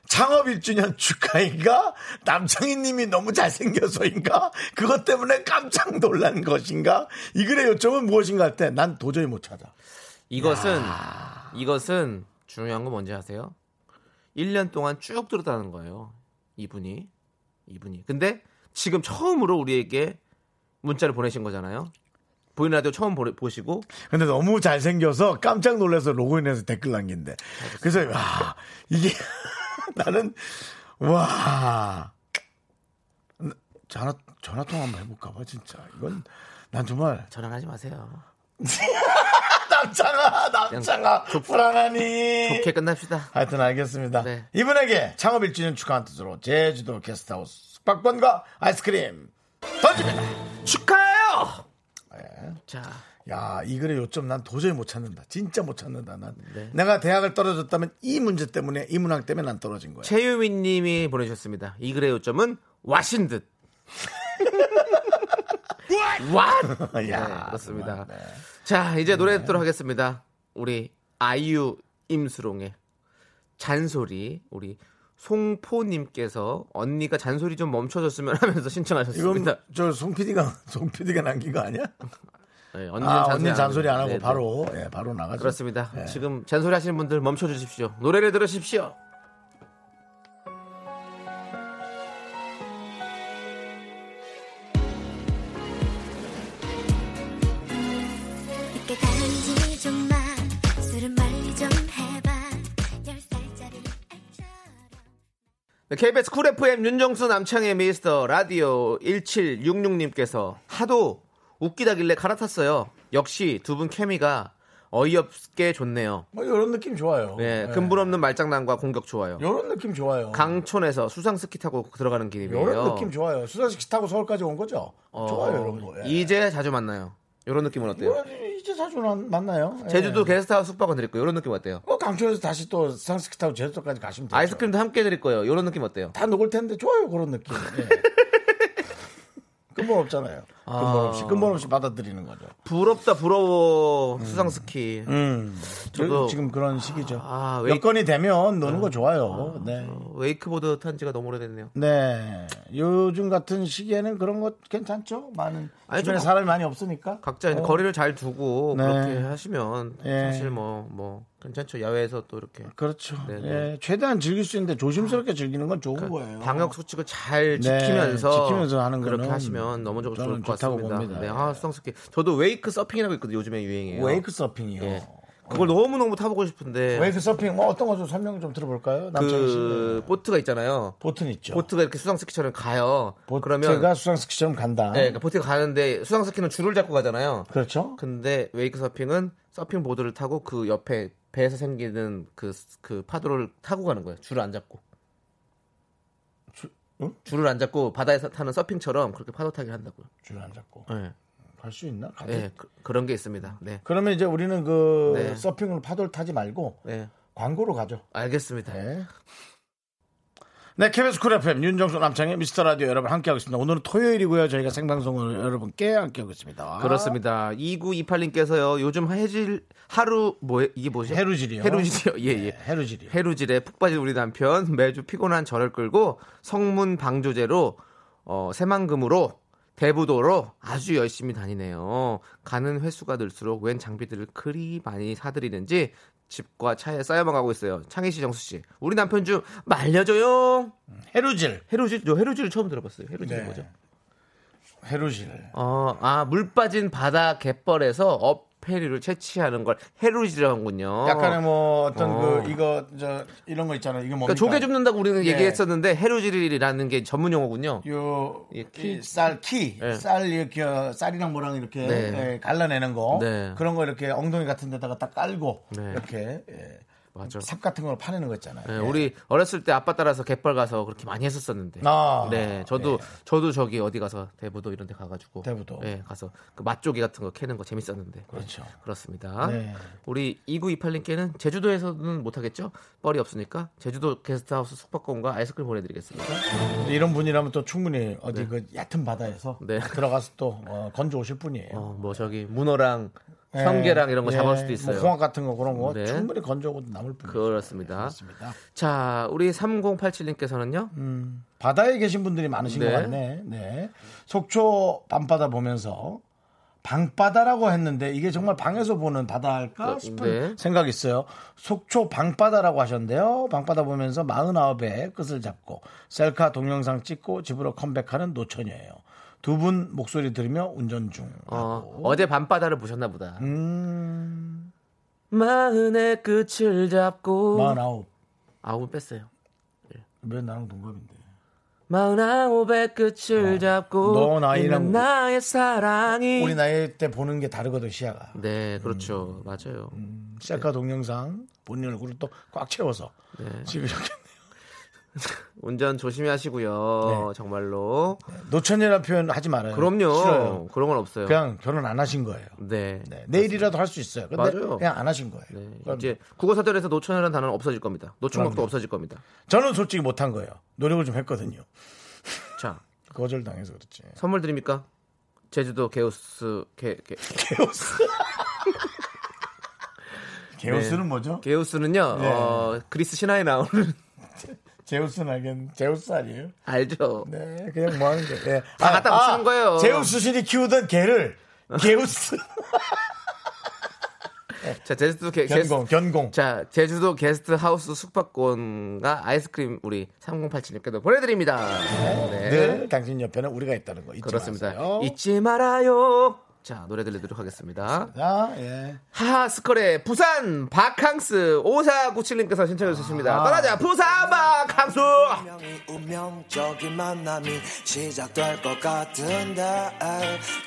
창업 1주년 축하인가? 남창희 님이 너무 잘생겨서인가? 그것 때문에 깜짝 놀란 것인가? 이 글의 요점은 무엇인가 할 때, 난 도저히 못 찾아. 이것은, 이것은 중요한 거 뭔지 아세요? 1년 동안 쭉 들었다는 거예요. 이분이. 이분이. 근데 지금 처음으로 우리에게 문자를 보내신 거잖아요. 보이는 라디오 처음 보내- 보시고 근데 너무 잘생겨서 깜짝 놀라서 로그인해서 댓글 남긴데. 그래서, 와, 이게, 나는, 와. 전화, 전화통화 한번 해볼까봐, 진짜. 이건, 난 정말. 전화하지 마세요. 남창아, 남창아, 불안하니. 좋게 끝납시다. 하여튼 알겠습니다. 네. 이분에게 창업 1주년 축하한 뜻으로 제주도 게스트하우스 숙박권과 아이스크림 던집니다. 축하해요! 예. 자, 야, 이 글의 요점 난 도저히 못 찾는다. 진짜 못 찾는다. 난 네. 내가 대학을 떨어졌다면 이 문제 때문에 이 문항 때문에 난 떨어진 거야. 최유민 님이 보내주셨습니다. 이 글의 요점은 와신 듯. 와! 야, 네, 그렇습니다. 정말, 네. 자, 이제 노래 듣도록 하겠습니다. 우리 아이유 임수롱의 잔소리 우리 송포님께서 언니가 잔소리 좀 멈춰줬으면 하면서 이건 신청하셨습니다. 저 송 PD가 송 PD가 남긴 거 아니야? 네, 언니는 아, 언니 잔소리 안 하고 네, 네. 바로 예, 바로 나가죠. 그렇습니다. 예. 지금 잔소리 하시는 분들 멈춰 주십시오. 노래를 들으십시오. 늦게 가는지 좀마 술은 멀리 좀 해봐 열 살짜리 애처럼 네, KBS 쿨 FM 윤정수 남창의 미스터 라디오 1766님께서 하도 웃기다길래 갈아탔어요. 역시 두 분 케미가 어이없게 좋네요. 뭐 이런 느낌 좋아요. 네, 예. 근본 없는 말장난과 공격 좋아요. 요런 느낌 좋아요. 강촌에서 수상스키 타고 들어가는 길이에요. 어, 요런 느낌 좋아요. 수사식 타고 서울까지 온 거죠? 좋아요, 이런 거. 예. 이제 자주 만나요. 이런 느낌은 어때요? 요런- 이제 자주 나- 만나요. 예. 제주도 게스트하우스 숙박원 드릴 거예요. 이런 느낌 어때요? 뭐 강촌에서 다시 또 상스키 타고 제주도까지 가시면 돼요. 아이스크림도 함께 드릴 거예요. 이런 느낌 어때요? 다 녹을 텐데 좋아요 그런 느낌. 예. 근본 없잖아요. 근본 없이 근본 없이 받아들이는 거죠. 부럽다 부러워 수상스키. 음, 저도- 지금 그런 시기죠. 아, 왜- 여건이 되면 노는 거 좋아요. 네. 그렇죠. 어, 웨이크보드 탄 지가 너무 오래됐네요. 네. 요즘 같은 시기에는 그런 거 괜찮죠? 많은 아니, 주변에 좀- 사람이 많이 없으니까. 각자 이제 어. 거리를 잘 두고 네. 그렇게 하시면 예. 사실 뭐 뭐 괜찮죠. 야외에서 또 이렇게 그렇죠. 네네. 아. 그 예, 최대한 즐길 수 있는데 조심스럽게 즐기는 건 좋은 거예요. 방역 수칙을 잘 네, 지키면서 지키면서 하는 그렇게 거는 하시면 너무 좋을 저는 것 같습니다. 좋다고 봅니다. 예. 네, 아, 수상스키. 저도 웨이크 서핑이라고 있거든요. 요즘에 유행이에요. 웨이크 서핑이요. 예. 그걸 너무 너무 타보고 싶은데 웨이크 서핑 뭐 어떤 거 좀 설명 좀 들어볼까요? 남창희 씨. 네. 그 보트가 있잖아요. 보트는 있죠. 보트가 이렇게 수상스키처럼 가요. 보트가 그러면 수상스키처럼 간다. 네, 그러니까 보트가 가는데 수상스키는 줄을 잡고 가잖아요. 그렇죠. 근데 웨이크 서핑은 서핑 보드를 타고 그 옆에 배에서 생기는 그, 그 파도를 타고 가는 거예요. 줄을 안 잡고. 응? 줄을 안 잡고 바다에서 타는 서핑처럼 그렇게 파도 타기를 한다고요. 줄 안 잡고 네. 갈 수 있나? 가도? 네, 그, 런게 있습니다. 네. 그러면 이제 우리는 그 네. 서핑을 파도를 타지 말고 네. 광고로 가죠. 알겠습니다. 네. 네, KBS 쿨 FM 윤정수 남창의 미스터 라디오 여러분 함께하고 있습니다. 오늘은 토요일이고요. 저희가 생방송으로 여러분께 함께하고 있습니다. 그렇습니다. 2928님께서요. 요즘 해질 하루 뭐 이게 뭐죠? 해루질이요. 네, 해루질이요. 예, 예. 해루질이요. 해루질에 푹 빠진 우리 남편 매주 피곤한 저를 끌고 성문 방조제로 어, 새만금으로 대부도로 아주 열심히 다니네요. 가는 횟수가 늘수록 웬 장비들을 그리 많이 사들이는지 집과 차에 쌓여만 가고 있어요. 창희 씨, 정수 씨, 우리 남편 좀 말려줘요. 해루질. 해루질, 저 해루질 처음 들어봤어요. 해루질 네. 이 뭐죠? 해루질. 어, 아, 물 빠진 바다 갯벌에서 어패류를 채취하는 걸 해루질이라는군요. 약간의 뭐 어떤 어. 그 이거 저 이런 거 있잖아요. 이거 뭡니까? 그러니까 조개 줍는다고 우리는 예. 얘기했었는데 해루질이라는 게 전문 용어군요. 요, 예, 키. 이 쌀, 키, 예. 쌀, 이렇게, 어, 쌀이랑 뭐랑 이렇게 네. 예, 갈라내는 거. 네. 그런 거 이렇게 엉덩이 같은 데다가 딱 깔고, 네. 이렇게, 예, 맞아. 삽 같은 걸 파내는 거 있잖아요. 예, 예. 우리 어렸을 때 아빠 따라서 갯벌 가서 그렇게 많이 했었었는데. 아. 네, 저도 예. 저도 저기 어디 가서 대부도 이런 데 가가지고. 대부도. 예, 가서 그 맛조개 같은 거 캐는 거 재밌었는데. 그렇죠. 네, 그렇습니다. 네. 우리 2928님께는 제주도에서는 못하겠죠? 뻘이 없으니까 제주도 게스트하우스 숙박권과 아이스크림 보내드리겠습니다. 이런 분이라면 또 충분히 어디 그 얕은 바다에서 네. 들어가서 또 어, 건져 오실 분이에요. 어, 뭐 저기 문어랑 예. 성게랑 이런 거 예, 잡을 수도 있어요. 뭐 홍합 같은 거 그런 거 네. 충분히 건져 오도 남을 뿐이에요. 그렇습니다. 그렇습니다. 자, 우리 3087님께서는요. 바다에 계신 분들이 많으신 네. 것 같네. 네. 속초 밤바다 보면서 방바다라고 했는데 이게 정말 방에서 보는 바다일까 네. 싶은 생각이 있어요. 속초 방바다라고 하셨는데요. 방바다 보면서 49에 끝을 잡고 셀카 동영상 찍고 집으로 컴백하는 노처녀예요. 두 분 목소리 들으며 운전 중. 어, 어제 밤바다를 보셨나 보다. 음. 마흔의 끝을 잡고 49. 아홉 뺐어요. 왜 나랑 동갑인데? 마흔아홉의 끝을 잡고 어, 너 나이랑 있는 나의 사랑이 우리 나이 음. 때 보는 게 다르거든 시야가. 네, 그렇죠. 맞아요. 네. 셀카 동영상 본인 얼굴을 또 꽉 채워서 집에 이렇게 운전 조심히 하시고요. 네. 정말로. 노천이라는 표현 하지 말아요. 그럼요. 싫어요. 그런 건 없어요. 그냥 결혼 안 하신 거예요. 네. 네, 내일이라도 할 수 있어요. 근데 맞아요. 그냥 안 하신 거예요. 네. 그럼 이제 국어사전에서 노천이라는 단어는 없어질 겁니다. 노총각도 그럼요. 없어질 겁니다. 저는 솔직히 못 한 거예요. 노력을 좀 했거든요. 자, 거절당해서 그렇지. 선물 드립니까? 제주도 게우스 게, 게 개오스. 개오스는 뭐죠? 네. 게우스는요. 네. 어, 그리스 신화에 나오는 제우스는 알겠는데 제우스 아니에요? 알죠. 네, 그냥 뭐 하는 게. 네. 다 갖다 붙이는 거예요. 제우스 신이 키우던 개를 개우스 자, 제주도 게, 게스트 견공 견공. 자, 제주도 게스트 하우스 숙박권과 아이스크림 우리 3087님께도 보내드립니다. 네. 늘 당신 옆에는 우리가 있다는 거 잊지 그렇습니다. 마세요. 잊지 말아요. 자, 노래 들려드리도록 하겠습니다. 자, 예. 하하스컬의 부산 바캉스 5497님께서 신청해 아. 주셨습니다. 떠나자, 부산 바캉스! 운명이 운명적인 만남이 시작될 것 같은데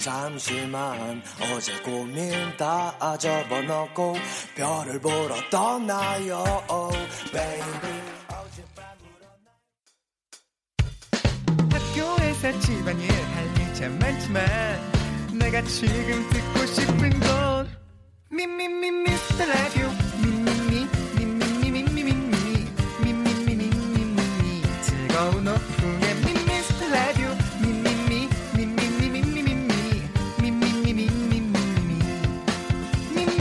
잠시만 어제 고민 다 접어넣고 별을 보러 떠나요 baby 학교에서 집안일 할 일 참 많지만 내가 지금 듣고 싶은 건 미미미 미스터 라디오 미미미 미미미 미미미 미미미 미미미 즐거운 오후에 미스터 라디오 미미미 미미미 미미미 미미미 미미미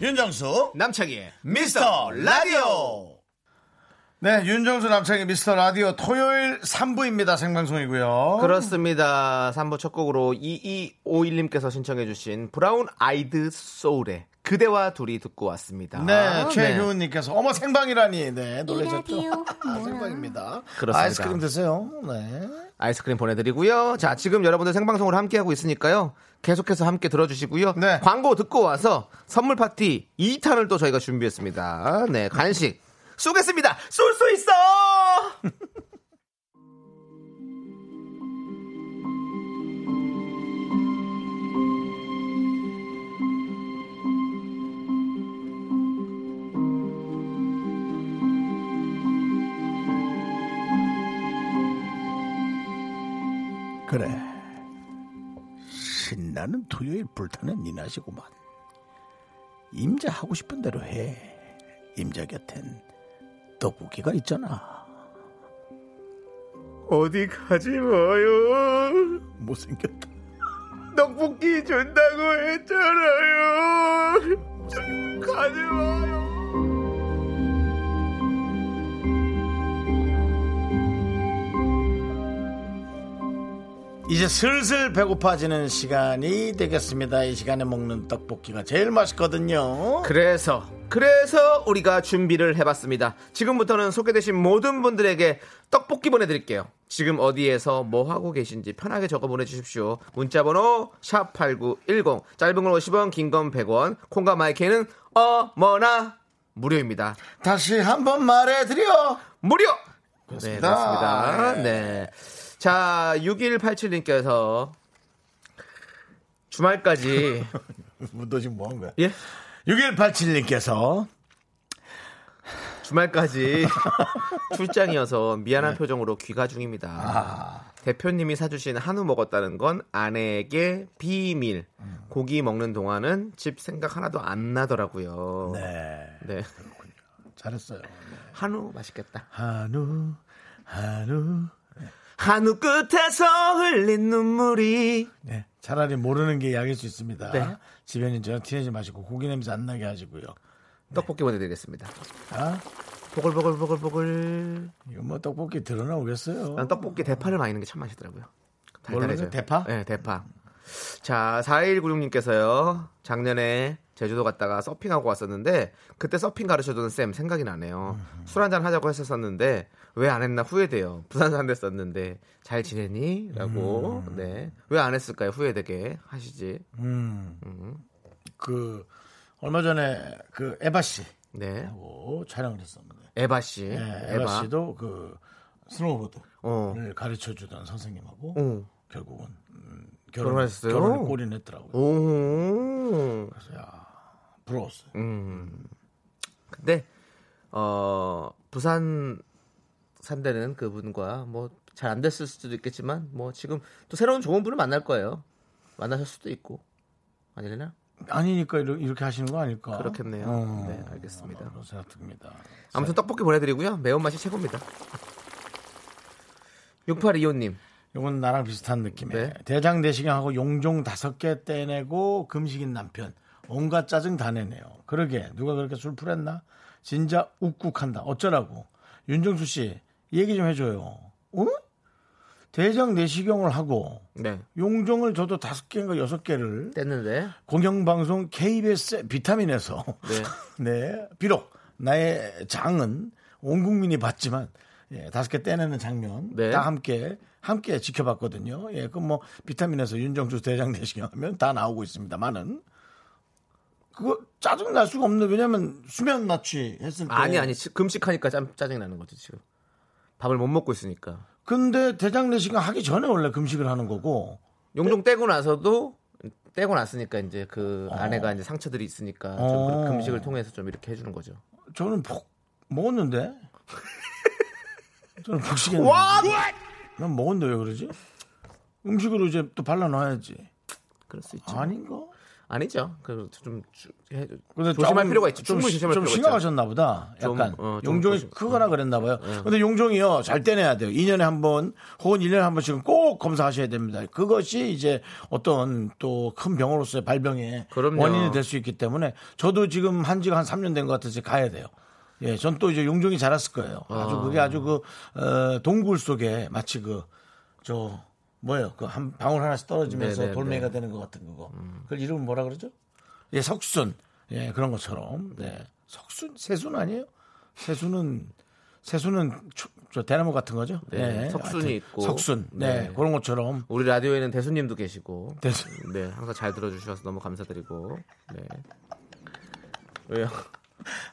윤정수 남창희의 미스터 라디오. 네, 윤정수 남창의 미스터 라디오 토요일 3부입니다. 생방송이고요. 어. 그렇습니다. 3부 첫 곡으로 2251님께서 신청해 주신 브라운 아이드 소울의 그대와 둘이 듣고 왔습니다. 네, 최효은님께서 어머 생방이라니, 네 놀라셨죠? 라디오 아, 생방입니다. 그렇습니다. 아이스크림 드세요. 네. 아이스크림 보내드리고요. 자, 지금 여러분들 생방송을 함께하고 있으니까요. 계속해서 함께 들어주시고요. 네. 광고 듣고 와서 선물 파티 2탄을 또 저희가 준비했습니다. 네, 간식 쏘겠습니다. 쏠 수 있어! 네, 그래. 신나는 토요일 불타는 니나시구만. 임자 하고 싶은 대로 해. 임자 곁엔 떡볶이가 있잖아. 어디 가지 마요. 못생겼다. 떡볶이 준다고 했잖아요. 네, 가지 마요. 이제 슬슬 배고파지는 시간이 되겠습니다. 이 시간에 먹는 떡볶이가 제일 맛있거든요. 그래서 그래서 우리가 준비를 해봤습니다. 지금부터는 소개되신 모든 분들에게 떡볶이 보내드릴게요. 지금 어디에서 뭐 하고 계신지 편하게 적어 보내주십시오. 문자번호 샵 #8910 짧은 건 50원, 긴 건 100원. 콩과 마이크는 어머나 무료입니다. 다시 한번 말해드려. 무료. 네, 그렇습니다. 그렇습니다. 네. 자, 6187님께서 주말까지 너 지금 뭐 한 거야? 예? 6187님께서 주말까지 출장이어서 미안한 표정으로 귀가 중입니다. 아. 대표님이 사주신 한우 먹었다는 건 아내에게 비밀. 고기 먹는 동안은 집 생각 하나도 안 나더라고요. 네 네. 잘했어요. 한우 맛있겠다. 한우 한우 한우 끝에서 흘린 눈물이 네 차라리 모르는 게 약일 수 있습니다. 네. 집에는 전혀 티내지 마시고 고기 냄새 안 나게 하시고요. 떡볶이 보내드리겠습니다. 아 보글보글 보글보글. 이거 뭐 떡볶이 드러나오겠어요. 난 떡볶이 대파를 많이 넣는 게 참 맛있더라고요. 뭘로 달달해져요. 넣어요? 대파? 네, 대파. 자, 4196님께서요. 작년에 제주도 갔다가 서핑하고 왔었는데 그때 서핑 가르쳐주는 쌤 생각이 나네요. 술 한잔 하자고 했었었는데 왜 안 했나 후회돼요. 부산 산대 썼는데 잘 지내니? 라고 음. 네. 왜 안 했을까요? 후회되게 하시지. 음. 음. 그 얼마 전에 그 에바 씨 네. 하고 촬영을 했었는데 에바 씨. 예, 에바 씨도 네. 그 스노우보드 어. 를 가르쳐 주던 선생님하고 어. 결국은 음, 결혼, 결혼했어요? 결혼을 꼬리냈더라고요. 오. 부러웠어요. 음. 근데 어 부산 산대는 그분과 뭐 잘 안 됐을 수도 있겠지만 뭐 지금 또 새로운 좋은 분을 만날 거예요. 만나실 수도 있고 아니려나? 아니니까 이러- 이렇게 하시는 거 아닐까? 어, 그렇겠네요. 네, 알겠습니다. 그런 생각 듭니다. 아무튼 떡볶이 보내드리고요. 매운맛이 최고입니다. 6825님. 이건 나랑 비슷한 느낌에 네. 대장 대시경하고 용종 다섯 개 떼내고 금식인 남편 온갖 짜증 다 내네요. 그러게 누가 그렇게 술 풀었나? 진짜 욱욱한다. 어쩌라고? 윤정수 씨 얘기 좀 해줘요. 어? 대장 내시경을 하고 네. 용종을 저도 다섯 개인가 여섯 개를 뗐는데. 공영방송 KBS 비타민에서 네. 네 비록 나의 장은 온 국민이 봤지만 예, 다섯 개 떼내는 장면 네. 다 함께 함께 지켜봤거든요. 예, 그럼 뭐 비타민에서 윤정수 대장 내시경 하면 다 나오고 있습니다만은 그거 짜증 날 수가 없는 왜냐면 수면 마취 했을 때 아니 아니 지- 금식하니까 짬, 짜증 나는 거지 지금. 밥을 못 먹고 있으니까. 근데 대장 내시경 하기 전에 원래 금식을 하는 거고 용종 떼고 나서도 떼고 났으니까 이제 그 안에가 이제 상처들이 있으니까 좀 어. 그렇게 금식을 통해서 좀 이렇게 해주는 거죠. 저는 복 먹었는데 저는 복식했는데 와! 난 먹었는데 왜 그러지? 음식으로 이제 또 발라놔야지. 그럴 수 있죠. 아닌가? 아니죠. 그좀 근데 조심할 조금 필요가 있죠. 좀, 충분히 시- 조심할 좀 필요가 심각하셨나 보다. 좀, 약간 어, 좀 용종이 조심- 크거나 그랬나 봐요. 근데 용종이요 잘 떼내야 돼요. 2년에 한 번 혹은 1년에 한 번씩은 꼭 검사하셔야 됩니다. 그것이 이제 어떤 또 큰 병으로서의 발병의 그럼요. 원인이 될 수 있기 때문에 저도 지금 한 지가 한 3년 된 것 같아서 이제 가야 돼요. 예, 전 또 이제 용종이 자랐을 거예요. 아주 그게 아주 그 어, 동굴 속에 마치 그 저 뭐예요? 그 한 방울 하나씩 떨어지면서 네네네. 음. 돌멩이가 되는 것 같은 그거. 그걸 이름은 뭐라 그러죠? 예, 석순. 예, 그런 것처럼. 네. 석순, 세순 아니에요? 세순은 세순은 초- 저 대나무 같은 거죠? 네, 예, 석순이 하여튼 있고. 석순. 네, 네. 그런 것처럼. 우리 라디오에는 대수님도 계시고 대수- 네 항상 잘 들어주셔서 너무 감사드리고 네 왜요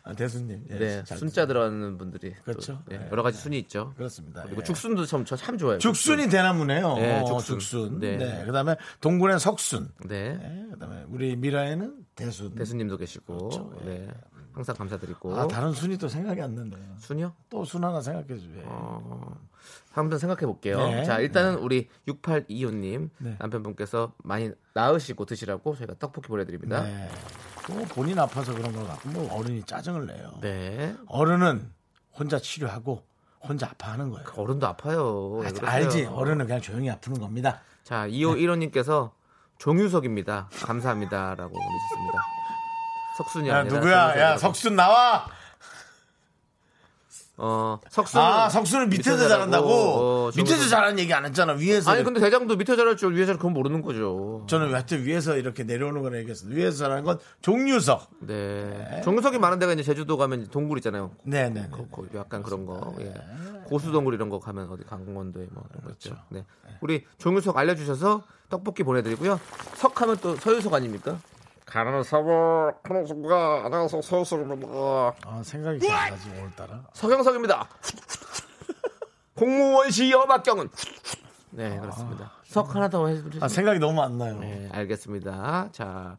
아, 대수님. 예, 네 잘- 순자 들어가는 분들이 또, 그렇죠. 네, 네. 여러 가지 순이 있죠 그렇습니다. 그리고 예. 죽순도 참, 저참 좋아요 죽순이 대나무네요. 네, 어, 죽순. 죽순. 네. 네. 그다음에 동굴엔 석순. 네 네, 그다음에 우리 미라에는 대순. 대수님도 계시고 네 항상 감사드리고 그렇죠. 아, 다른 순이 또 생각이 안 난다. 순이요 또 순 하나 생각해 주세요. 어, 한번 생각해 볼게요 네. 자 일단은 우리 6825님 네. 남편분께서 많이 나으시고 드시라고 저희가 떡볶이 보내드립니다 네, 네. 또 본인 아파서 그런 걸 갖고 뭐 어른이 짜증을 내요. 네. 어른은 혼자 치료하고 혼자 아파하는 거예요. 그 어른도 아파요 왜 아, 그러세요? 알지? 어른은 그냥 조용히 아프는 겁니다. 자, 2호 1호님께서 종유석입니다. 감사합니다. 라고 보내주셨습니다. 석순이 야, 아니라 누구야? 야, 정유석이라고. 석순 나와! 어, 석순. 어, 아, 석순은 밑에서 잘한다고? 밑에서 잘하는 얘기 안 했잖아. 위에서. 아니, 근데 대장도 밑에서 잘할 줄 위에서 그건 모르는 거죠. 저는 하여튼 위에서 이렇게 내려오는 걸 얘기했어. 위에서 잘하는 건 종유석. 네. 종유석이 많은 데가 이제 제주도 가면 이제 동굴 있잖아요. 네네네. 거, 거, 약간 그런 거. 예. 고수동굴 이런 거 가면 어디 강원도에 뭐 그런 거 있죠. 네. 우리 종유석 알려주셔서 떡볶이 보내드리고요. 석 하면 또 서유석 아닙니까? 가라는 서버, 그런 순간, 안녕하세요, 서유석입니다. 아, 생각이 안 나지, 오늘따라. 서경석입니다. 공무원 시험 합격은. 네 그렇습니다. 석 하나 더 해주세요. 아, 생각이 너무 안 나요. 네 알겠습니다. 자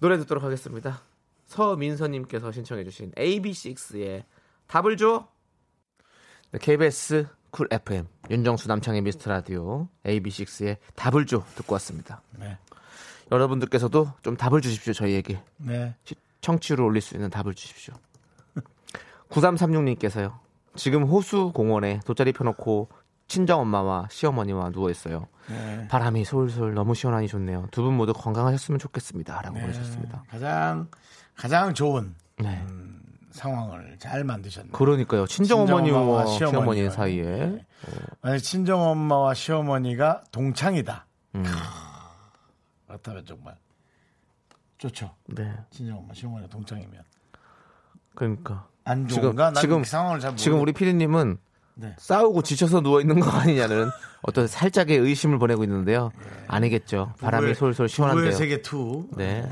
노래 듣도록 하겠습니다. 서민서님께서 신청해주신 AB6의 답을 줘. 네, KBS 쿨 FM 윤정수 남창의 미스터 라디오 AB6의 답을 줘 듣고 왔습니다. 네. 여러분들께서도 좀 답을 주십시오 저희에게. 네. 시- 청취율을 올릴 수 있는 답을 주십시오. 9336님께서요. 지금 호수 공원에 돗자리 펴놓고 친정 엄마와 시어머니와 누워 있어요. 네. 바람이 솔솔 너무 시원하니 좋네요. 두 분 모두 건강하셨으면 좋겠습니다라고 보내셨습니다. 가장, 가장 좋은 음, 네. 상황을 잘 만드셨네요. 그러니까요. 친정 어머니와 친정엄마와 시어머니 시어머니와요. 사이에 만약 친정 엄마와 시어머니가 동창이다. 음. 그렇다면 정말 좋죠. 네. 친정 엄마 시어머니가 동창이면 그러니까 안 지금- 좋은가? 난 지금- 그 상황을 잘 모르. 지금 우리 피디님은 네. 싸우고 지쳐서 누워 있는 거 아니냐는 어떤 살짝의 의심을 보내고 있는데요. 아니겠죠. 바람이 솔솔 시원한데요. 부의 세계 2. 네.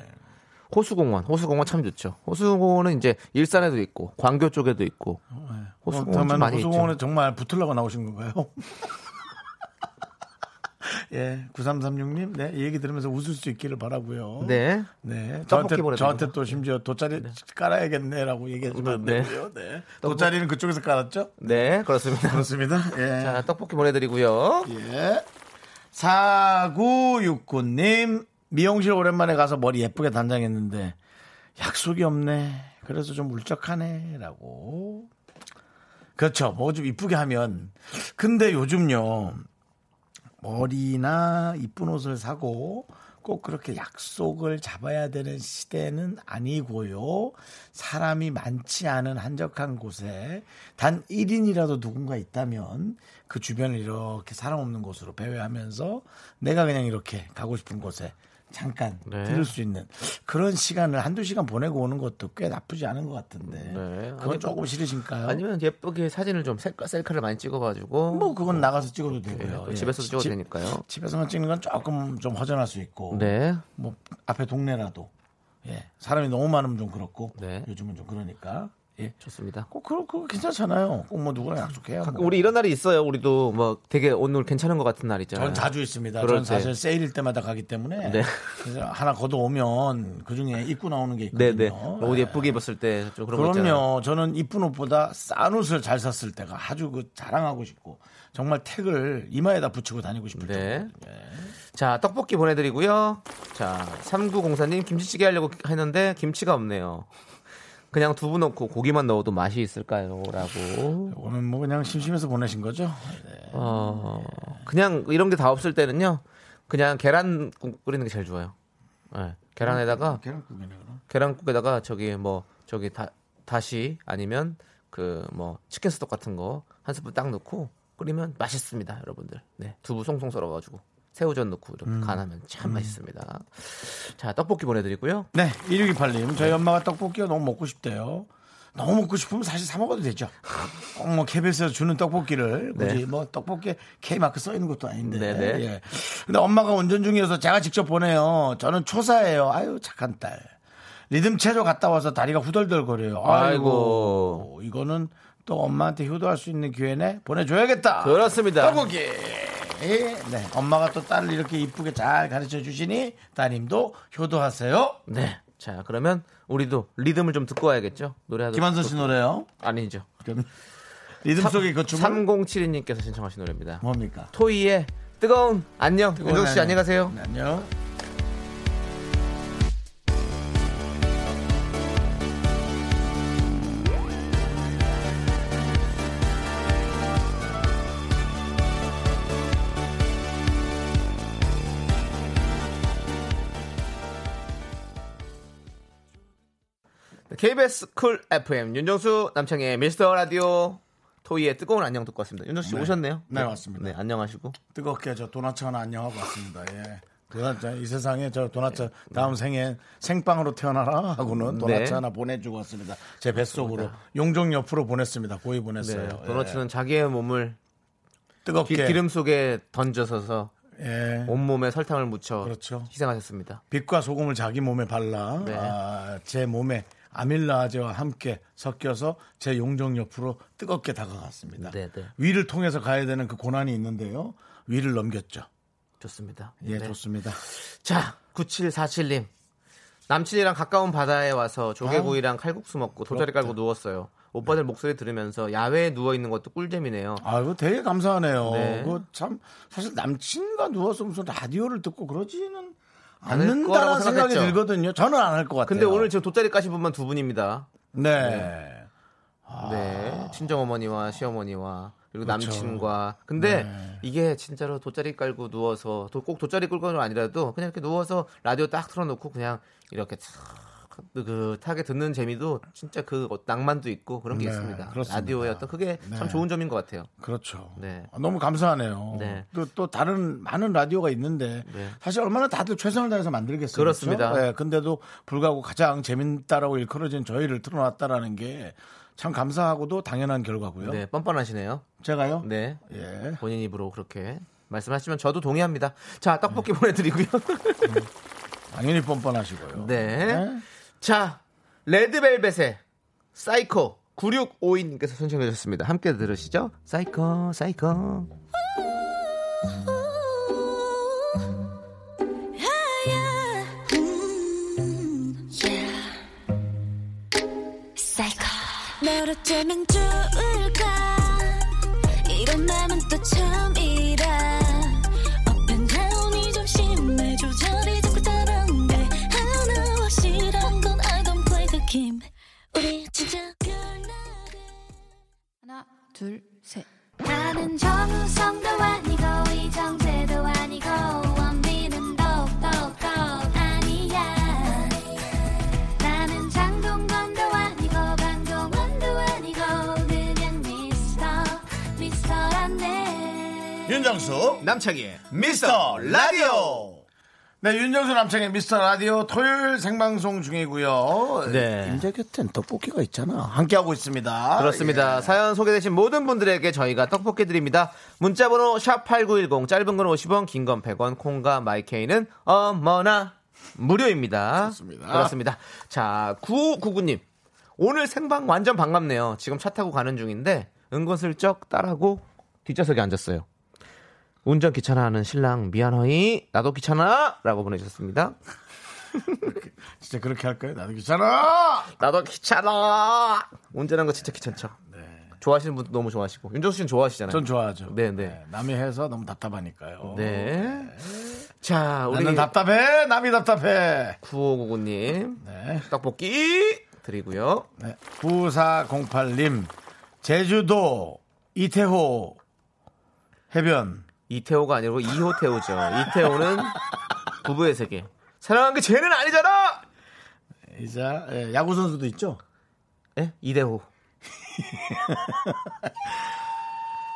호수공원, 호수공원 참 좋죠. 호수공원은 이제 일산에도 있고 광교 쪽에도 있고 호수공원 좀 그러면 많이 어, 호수공원에 있죠. 정말 붙으려고 나오신 건가요? 예, 9336님, 네, 이 얘기 들으면서 웃을 수 있기를 바라고요 네, 네. 떡볶이 저한테, 보내드리고. 저한테 또 심지어 돗자리 깔아야겠네라고 얘기하시면 안 네. 되고요. 네. 돗자리는 그쪽에서 깔았죠? 네 그렇습니다. 그렇습니다. 예. 자 떡볶이 보내드리고요. 예. 4969님, 미용실 오랜만에 가서 머리 예쁘게 단장했는데, 약속이 없네. 그래서 좀 울적하네. 라고. 그렇죠. 뭐 좀 이쁘게 하면. 근데 요즘요, 머리나 이쁜 옷을 사고, 꼭 그렇게 약속을 잡아야 되는 시대는 아니고요. 사람이 많지 않은 한적한 곳에 단 1인이라도 누군가 있다면 그 주변을 이렇게 사람 없는 곳으로 배회하면서 내가 그냥 이렇게 가고 싶은 곳에 잠깐 네. 들을 수 있는 그런 시간을 한두 시간 보내고 오는 것도 꽤 나쁘지 않은 것 같은데 네. 그건 아니, 조금 싫으신가요? 아니면 예쁘게 사진을 좀 셀카 셀카를 많이 찍어가지고 뭐 그건 나가서 찍어도 되고요. 네, 또 예. 집에서도 찍어도 집- 되니까요. 집에서만 찍는 건 조금 좀 허전할 수 있고 네. 뭐 앞에 동네라도 예 사람이 너무 많으면 좀 그렇고 네. 요즘은 좀 그러니까 예 좋습니다. 꼭 그렇고 괜찮잖아요 꼭 뭐 누구랑 약속해요 뭐. 우리 이런 날이 있어요. 우리도 뭐 되게 오늘 괜찮은 것 같은 날 있잖아요. 전 자주 있습니다 네. 그럴 전 사실 때. 세일일 때마다 가기 때문에 네. 그래서 하나 걷어오면 그중에 입고 나오는 게 있거든요 네네. 옷 예쁘게 입었을 때 좀 그런 거 있잖아요. 그럼요. 저는 이쁜 옷보다 싼 옷을 잘 샀을 때가 아주 그 자랑하고 싶고 정말 택을 이마에다 붙이고 다니고 싶을 때. 네. 자, 떡볶이 보내드리고요. 자, 3904님 김치찌개 하려고 했는데 김치가 없네요. 그냥 두부 넣고 고기만 넣어도 맛이 있을까요? 라고. 오늘 뭐 그냥 심심해서 보내신 거죠? 네. 어, 그냥 이런 게 다 없을 때는요. 그냥 계란국 끓이는 게 제일 좋아요. 예, 계란에다가 계란국이네 아, 그럼. 계란국에다가 저기 뭐 저기 다, 다시 아니면 그 뭐 치킨 스톡 같은 거 한 스푼 딱 넣고 끓이면 맛있습니다, 여러분들. 네, 두부 송송 썰어가지고 새우젓 넣고 음. 이렇게 간하면 참 맛있습니다. 자, 떡볶이 보내드리고요. 네, 1628님. 저희 엄마가 떡볶이가 너무 먹고 싶대요. 너무 먹고 싶으면 사실 사 먹어도 되죠. 꼭 뭐 KBS에서 주는 떡볶이를 굳이 네. 뭐 떡볶이에 K마크 써 있는 것도 아닌데. 네, 네. 예. 근데 엄마가 운전 중이어서 제가 직접 보내요. 저는 초사예요. 아유, 착한 딸. 리듬 체조 갔다 와서 다리가 후덜덜 거려요. 아이고. 아이고. 이거는 또 엄마한테 효도할 수 있는 기회네. 보내줘야겠다. 그렇습니다. 떡볶이. 네. 엄마가 또 딸을 이렇게 이쁘게 잘 가르쳐 주시니 따님도 효도하세요. 네, 자 그러면 우리도 리듬을 좀 듣고 와야겠죠. 노래 하도 김한선 씨 노래요. 아니죠. 리듬 속에 그 춤을 3072님께서 신청하신 노래입니다. 뭡니까? 토이의 뜨거운 안녕. 뜨거운 윤정 씨 안녕히 가세요. 네, 안녕. KBS 네, 쿨 FM 윤정수 남창의 미스터 라디오 토이의 뜨거운 안녕 듣고 왔습니다. 윤정수 씨 네. 오셨네요? 네, 왔습니다. 네, 안녕하시고. 뜨겁게 저 도나츠 하나 안녕하고 왔습니다. 예. 도나츠 이 세상에 저 도나츠 다음 생에 생빵으로 태어나라 하고는 도나츠 네. 하나 보내주고 왔습니다. 제 뱃속으로 용종 옆으로 보냈습니다. 고이 보냈어요. 네, 예. 도너츠는 자기의 몸을 기, 뜨겁게 름 속에 던져서서 예. 온몸에 설탕을 묻혀 그렇죠. 희생하셨습니다. 빛과 소금을 자기 몸에 발라 네. 아, 제 몸에 아밀라제와 함께 섞여서 제 용종 옆으로 뜨겁게 다가갔습니다. 네, 네. 위를 통해서 가야 되는 그 고난이 있는데요. 위를 넘겼죠. 좋습니다. 예, 네. 좋습니다. 자, 9747님. 남친이랑 가까운 바다에 와서 아. 조개구이랑 칼국수 먹고 도자리 깔고 누웠어요. 오빠들 목소리 들으면서 야외에 누워 있는 것도 꿀잼이네요. 네. 아이고 되게 감사하네요. 네. 그거 참 사실 남친과 누워서 무슨 라디오를 듣고 그러지는 않을 않는다라는 거라고 생각이 생각했죠. 들거든요. 저는 안 할 것 같아요. 근데 오늘 지금 돗자리 까신 분만 두 분입니다. 네. 아. 네, 친정 어머니와 시어머니와 그리고 그렇죠. 남친과. 근데 네. 이게 진짜로 돗자리 깔고 누워서 도- 꼭 돗자리 꿀건 아니라도 그냥 이렇게 누워서 라디오 딱 틀어놓고 그냥 이렇게 탁 느긋하게 듣는 재미도 진짜 그 어- 낭만도 있고 그런 게 네, 있습니다. 그렇습니다. 라디오의 어떤 그게 네. 참 좋은 점인 것 같아요. 그렇죠. 네. 아, 너무 감사하네요. 네. 또, 또 다른 많은 라디오가 있는데 네. 사실 얼마나 다들 최선을 다해서 만들겠어요. 그렇습니다. 그렇죠? 네. 근데도 불구하고 가장 재밌다라고 일컬어진 저희를 틀어놨다라는 게 참 감사하고도 당연한 결과고요. 네, 뻔뻔하시네요. 제가요? 네, 예. 본인 네. 입으로 그렇게 말씀하시면 저도 동의합니다. 자, 떡볶이 보내드리고요. 당연히 뻔뻔하시고요. 네. 자, 레드벨벳의 사이코 9652님께서 신청해 주셨습니다. 함께 들으시죠. 사이코, 사이코. 음, 너로 쩌면 좋을까 이런 마음은 또 처음이라 Up and down이 좀 심해 조절이 자꾸 다른데 하나 확실한 건 I don't play the game 우리 진짜 별나게 하나, 둘, 셋. 나는 정우성도 아니고 이정재도 아니고 원빈은 더욱더 아니야 나는 장동건도 아니고 강동원도 아니고 그냥 미스터 미스터란데 윤정수 남창희의 미스터 라디오. 네, 윤정수 남창의 미스터 라디오 토요일 생방송 중이고요. 네. 임자 곁엔 떡볶이가 있잖아. 함께 하고 있습니다. 예. 그렇습니다. 사연 소개되신 모든 분들에게 저희가 떡볶이 드립니다. 문자번호 샵8910, 짧은 건 50원, 긴 건 100원, 콩과 마이케이는 어머나 무료입니다. 좋습니다. 그렇습니다. 자, 9599님. 오늘 생방 완전 반갑네요. 지금 차 타고 가는 중인데 은근슬쩍 딸하고 뒷좌석에 앉았어요. 운전 귀찮아하는 신랑 미안허이 나도 귀찮아 라고 보내주셨습니다. 예. 진짜 그렇게 할까요? 나도 귀찮아. 나도 귀찮아. 운전한 거 진짜 귀찮죠. 네. 좋아하시는 분도 너무 좋아하시고 윤정수 씨는 좋아하시잖아요. 전 좋아하죠. 네, 네. 남이 해서 너무 답답하니까요. 네. 자, 우리 나는 답답해. 남이 답답해. 9599님 네. 떡볶이 드리고요. 네. 9408님. 제주도 이태호 해변. 이태호가 아니고 이호 태호죠. 이태호는 부부의 세계. 사랑한 게 죄는 아니잖아. 이자 예, 야구 선수도 있죠. 예? 이대호.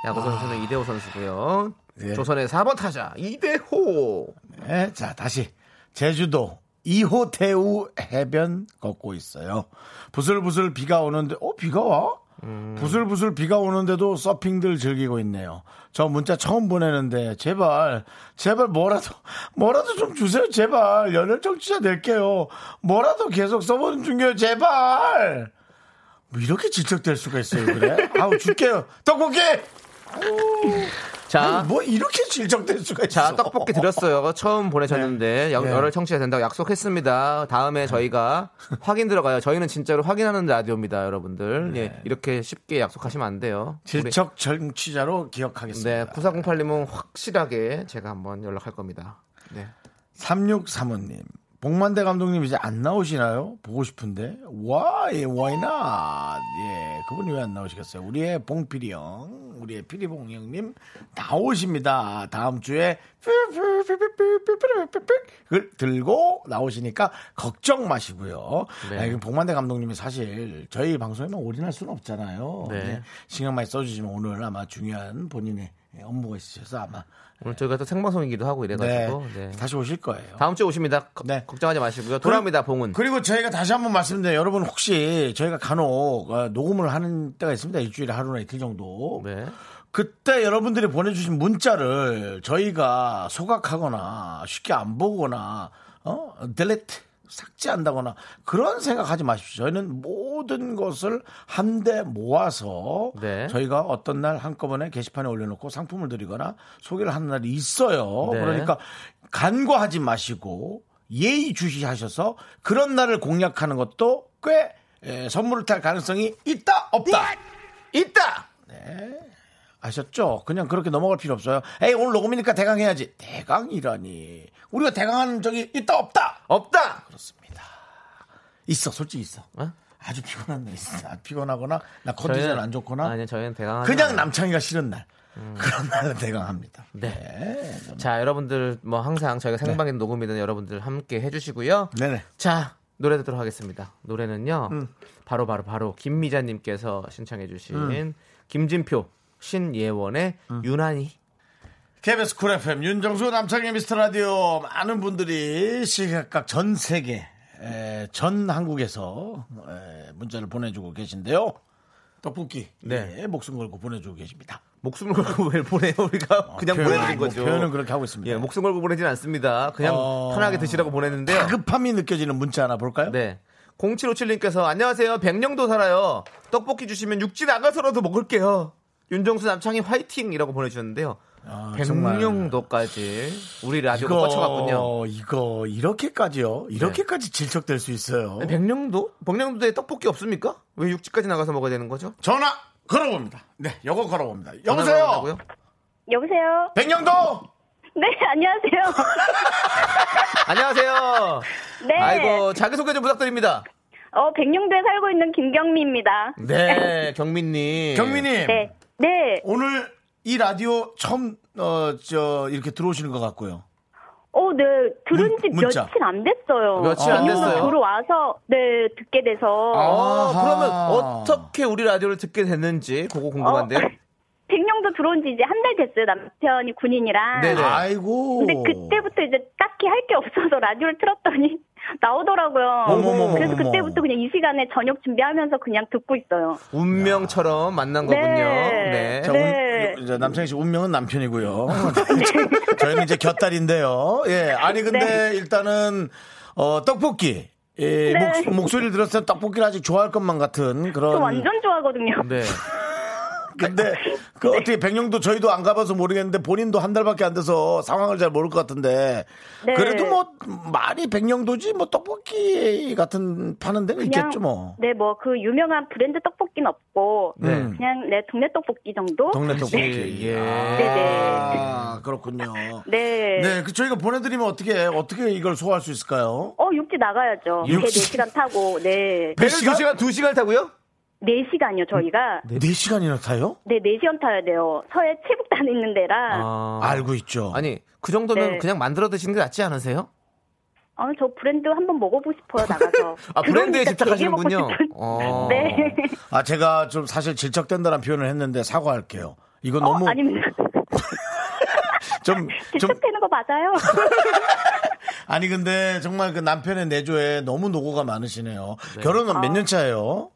야구 선수는 이대호 선수고요. 예. 조선의 4번 타자 이대호. 네, 자, 다시. 제주도 이호태우 해변 걷고 있어요. 부슬부슬 비가 오는데, 어, 비가 와? 음. 부슬부슬 비가 오는데도 서핑들 즐기고 있네요. 저 문자 처음 보내는데, 제발, 제발 뭐라도, 뭐라도 좀 주세요, 제발. 연애 청취자 될게요. 뭐라도 계속 써보는 중이에요, 제발! 뭐 이렇게 질척될 수가 있어요, 그래? 아우, 줄게요. 떡볶이! 자, 뭐 이렇게 질척될 수가 있어. 자, 떡볶이 드렸어요. 처음 보내셨는데 여- 네. 열흘 청취해야 된다고 약속했습니다. 다음에 저희가 확인 들어가요. 저희는 진짜로 확인하는 라디오입니다, 여러분들. 예, 이렇게 쉽게 약속하시면 안 돼요. 네. 질척 정치자로 우리- 기억하겠습니다. 네, 9408님은 확실하게 제가 한번 연락할 겁니다. 네. 3635님. 복만대 감독님 이제 안 나오시나요? 보고 싶은데. Why? Why not? 예. 그분이 왜 안 나오시겠어요? 우리의 봉필이 형, 우리의 피리봉 형님 나오십니다. 다음 주에 을 들고 나오시니까 걱정 마시고요. 네. 아, 이거 복만대 감독님이 사실 저희 방송에만 올인할 수는 없잖아요. 네. 예, 신경 많이 써주시면 오늘 아마 중요한 본인의 업무가 있으셔서 아마 오늘 저희가 또 생방송이기도 하고 네, 이래가지고 네. 다시 오실 거예요. 다음 주에 오십니다. 거- 네. 걱정하지 마시고요. 돌아옵니다, 봉은. 그리고 저희가 다시 한번 말씀드려요. 여러분 혹시 저희가 간혹 어, 녹음을 하는 때가 있습니다. 일주일에 하루나 이틀 정도. 네. 그때 여러분들이 보내주신 문자를 저희가 소각하거나 쉽게 안 보거나 어? 델레트 삭제한다거나 그런 생각하지 마십시오. 저희는 모든 것을 한데 모아서 네. 저희가 어떤 날 한꺼번에 게시판에 올려놓고 상품을 드리거나 소개를 하는 날이 있어요. 네. 그러니까 간과하지 마시고 예의 주시하셔서 그런 날을 공략하는 것도 꽤 에, 선물을 탈 가능성이 있다 없다 있다. 네. 아셨죠? 그냥 그렇게 넘어갈 필요 없어요. 에이 오늘 녹음이니까 대강 해야지. 대강이라니. 우리가 대강하는 적이 있다 없다. 없다! 그렇습니다. 있어 솔직히 있어. 어? 아주 피곤한 날 있어. 아, 피곤하거나 나 컨디션 안 좋거나 아니요, 음. 저희는 대강. 그냥 남창이가 싫은 날. 그런 날은 대강합니다. 네. 네. 자, 여러분들 뭐 항상 저희가 생방인 녹음이든 여러분들 함께 해주시고요. 네네. 자 노래 듣도록 하겠습니다. 노래는요. 음. 바로 바로 바로 김미자님께서 신청해주신 음. 김진표 신예원의 유난히 KBS 쿨 FM 윤정수 남창의 미스터 라디오 많은 분들이 시각각 전 세계 에, 전 한국에서 에, 문자를 보내주고 계신데요. 떡볶이 네. 예, 목숨 걸고 보내주고 계십니다. 목숨을 걸고 왜 보내요? 우리가 그냥 표현은, 보내는 뭐 거죠. 표현은 그렇게 하고 있습니다. 예, 목숨 걸고 보내진 않습니다. 그냥 어. 편하게 드시라고 보냈는데요. 다급함이 느껴지는 문자 하나 볼까요? 네. 0757님께서 안녕하세요. 백령도 살아요. 떡볶이 주시면 육지 나가서라도 먹을게요. 윤정수 남창이 화이팅이라고 보내주셨는데요. 아, 정말. 백령도까지 우리 라디오가 뻗쳐갔군요. 이거 이렇게까지요? 이렇게까지 질척될 수 있어요. 네, 백령도? 백령도에 떡볶이 없습니까? 왜 육지까지 나가서 먹어야 되는 거죠? 전화 걸어봅니다. 네, 여거 걸어봅니다. 전화로 여보세요. 한다고요? 여보세요? 백령도. 네, 안녕하세요. 안녕하세요. 네. 아이고 자기소개 좀 부탁드립니다. 어, 백령도에 살고 있는 김경미입니다. 네, 경민님. 경민님 네. 네. 오늘 이 라디오 처음 어 저 이렇게 들어오시는 것 같고요. 어, 네. 들은 문- 지 문자. 며칠 안 됐어요. 며칠 안 백령도 됐어요? 들어와서 네, 듣게 돼서 어, 아하. 그러면 어떻게 우리 라디오를 듣게 됐는지 그거 궁금한데요. 어, 백령도 들어온 지 이제 한 달 됐어요. 남편이 군인이랑. 네네. 아이고. 근데 그때부터 이제 딱히 할 게 없어서 라디오를 틀었더니 나오더라고요. 어머머머머. 그래서 그때부터 그냥 이 시간에 저녁 준비하면서 그냥 듣고 있어요. 운명처럼 만난 네. 거군요. 네. 자, 네. 운- 이제 남창희 씨 운명은 남편이고요. 저희는 이제 곁다리인데요. 예, 아니 근데 일단은 어, 떡볶이. 예, 네. 목, 소리를 들었을 때 떡볶이를 아직 좋아할 것만 같은 저 그런. 완전 좋아하거든요. 네. 근데 그 어떻게 백령도 저희도 안 가봐서 모르겠는데 본인도 한 달밖에 안 돼서 상황을 잘 모를 것 같은데 네. 그래도 뭐 말이 백령도지 뭐 떡볶이 같은 파는 데는 있겠죠 뭐. 네, 뭐 그 유명한 브랜드 떡볶이는 없고 네. 음. 그냥 내 동네 떡볶이 정도. 동네 떡볶이. 네. 예. 아, 그렇군요. 네. 네, 그 저희가 보내드리면 어떻게 어떻게 이걸 소화할 수 있을까요? 어 육지 나가야죠. 육지. 이게 4 시간 타고 네. 배- 배를 시간? 2시간, 2시간 타고요? 4 시간이요 저희가. 네, 시간이나 타요? 네, 4 시간 타야 돼요. 서해 체북단 있는 데라. 알고 있죠. 아. 아니, 그 정도면 아. 네. 그냥 만들어 드시는 게 낫지 않으세요? 어, 저 브랜드 한번 먹어보고 싶어요 나가서. 아, 브랜드에 그러니까 되게 먹고 집착하시는군요. 싶은- 어. 네. 아, 제가 좀 사실 질척된다는 표현을 했는데 사과할게요. 이건 어, 너무 아닙니다. 좀 좀 집착되는 거 맞아요. 아니 근데 정말 그 남편의 내조에 너무 노고가 많으시네요. 결혼은 몇 년 차예요?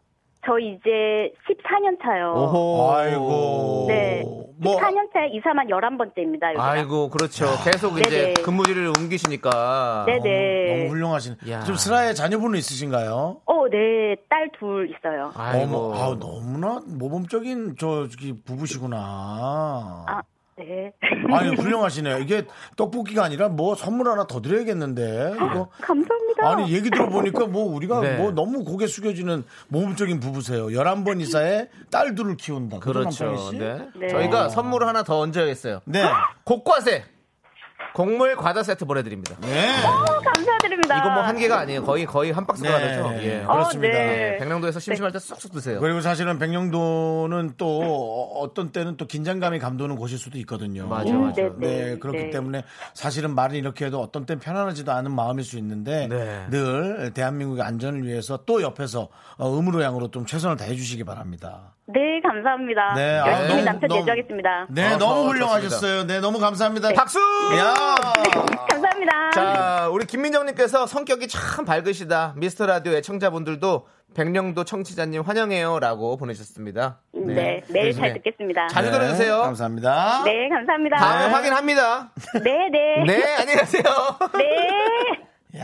저 이제 14년 차요. 오호. 아이고. 네. 뭐 14년 차에 이사만 11번째입니다. 아이고, 그렇죠. 계속 이제 네. 네네. 근무지를 옮기시니까. 네네. 아, 너무 훌륭하시네. 야. 좀 슬하의 자녀분은 있으신가요? 어, 네. 딸 둘 있어요. 아이고. 어머, 아우 너무나 모범적인 저 저기 부부시구나. 아, 네. 아니 훌륭하시네요. 이게 떡볶이가 아니라 뭐 선물 하나 더 드려야겠는데 그렇죠. 이거 감사합니다. 아니 얘기 들어보니까 뭐 우리가 네. 뭐 너무 고개 숙여지는 모범적인 부부세요. 11번 이사에 딸 둘을 키운다. 그죠, 그렇죠. 남창희 씨? 네. 아, 네. 저희가 선물을 하나 더 얹어야겠어요. 네. 곡과세! 곡물 과자 세트 보내드립니다. 네. 어, 감사드립니다. 이거 뭐 한 개가 아니에요. 거의, 거의 한 박스가 네. 되죠. 예. 어, 그렇습니다. 네. 백령도에서 심심할 때 쏙쏙 드세요. 그리고 사실은 백령도는 또 어- 어떤 때는 또 긴장감이 감도는 곳일 수도 있거든요. 맞아, 음, 맞아. 네, 네, 네, 그렇기 네. 때문에 사실은 말은 이렇게 해도 어떤 땐 편안하지도 않은 마음일 수 있는데 네. 늘 대한민국의 안전을 위해서 또 옆에서 어, 음으로 양으로 좀 최선을 다해 주시기 바랍니다. 네, 감사합니다. 네, 아, 열심히 너무- 남편 너무- 내조하겠습니다. 네, 아, 너무 아, 훌륭하셨어요. 네, 너무 감사합니다. 박수! 야! 감사합니다. 자, 우리 김민정님께서 성격이 참 밝으시다. 미스터 라디오 애청자분들도 백령도 청취자님 환영해요. 라고 보내셨습니다. 네, 매일 잘 네. 듣겠습니다. 자주 네, 들어주세요. 감사합니다. 네, 감사합니다. 다음에 확인합니다. 네, 네. 네, 안녕히 가세요. 네.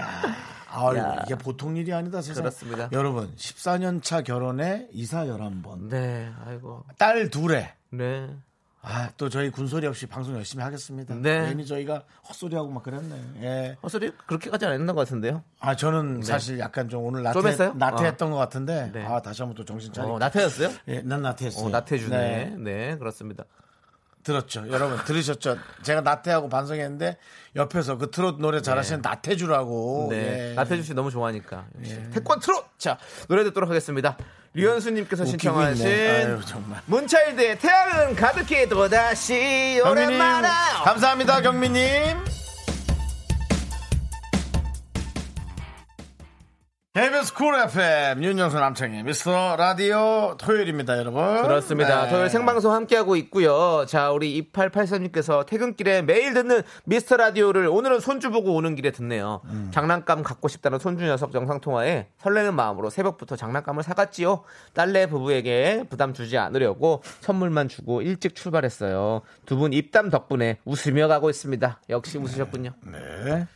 아유, 이게 보통 일이 아니다, 세상. 그렇습니다. 여러분, 14년 차 결혼에 이사 11번. 네, 아이고. 딸 둘에 네. 아, 또 저희 군소리 없이 방송 열심히 하겠습니다. 네. 괜히 저희가 헛소리하고 막 그랬네. 예. 어, 헛소리 그렇게 가지 않았던 것 같은데요. 아, 저는 사실 약간 좀 오늘 네. 좀 했어요? 나태, 나태했던 것 같은데. 네. 아, 다시 한번 또 정신 차리고. 어, 나태였어요? 예, 난 나태했어요. 어, 나태주네. 네, 네. 그렇습니다. 들었죠. 여러분, 들으셨죠? 제가 나태하고 반성했는데, 옆에서 그 트롯 노래 잘하시는 나태주라고. 네. 예. 나태주 씨 너무 좋아하니까. 역시. 태권 트롯! 자, 노래 듣도록 하겠습니다. 류현수님께서 신청하신 있네. 아유, 정말. 문차일드의 태양은 가득히 또다시 경민님, 오랜만에 감사합니다, 경민님. KBS 쿨 FM 윤정수 남창희 미스터 라디오 토요일입니다 여러분 그렇습니다. 네. 토요일 생방송 함께하고 있고요. 자, 우리 2883님께서 퇴근길에 매일 듣는 미스터 라디오를 오늘은 손주 보고 오는 길에 듣네요. 음. 장난감 갖고 싶다는 손주 녀석 영상통화에 설레는 마음으로 새벽부터 장난감을 사갔지요. 딸내 부부에게 부담 주지 않으려고 선물만 주고 일찍 출발했어요. 두 분 입담 덕분에 웃으며 가고 있습니다. 역시 웃으셨군요. 네.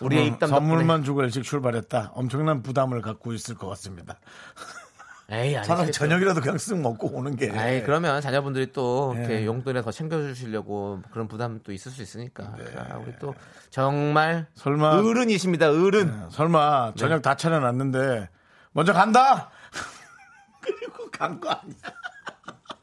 우리의 선물- 입담 선물만 주고 일찍 출발했다 엄청난 부담을 갖고 있을 것 같습니다 에이, 아니 차라리 저녁이라도 그냥 쓱 먹고 오는 게 아이 그러면 자녀분들이 또 예. 이렇게 용돈에 더 챙겨주시려고 그런 부담도 있을 수 있으니까 자, 우리 또 정말 네. 설마 그 아, 어른이십니다 어른 설마 저녁 다 차려놨는데 먼저 간다 그리고 간 거 아니야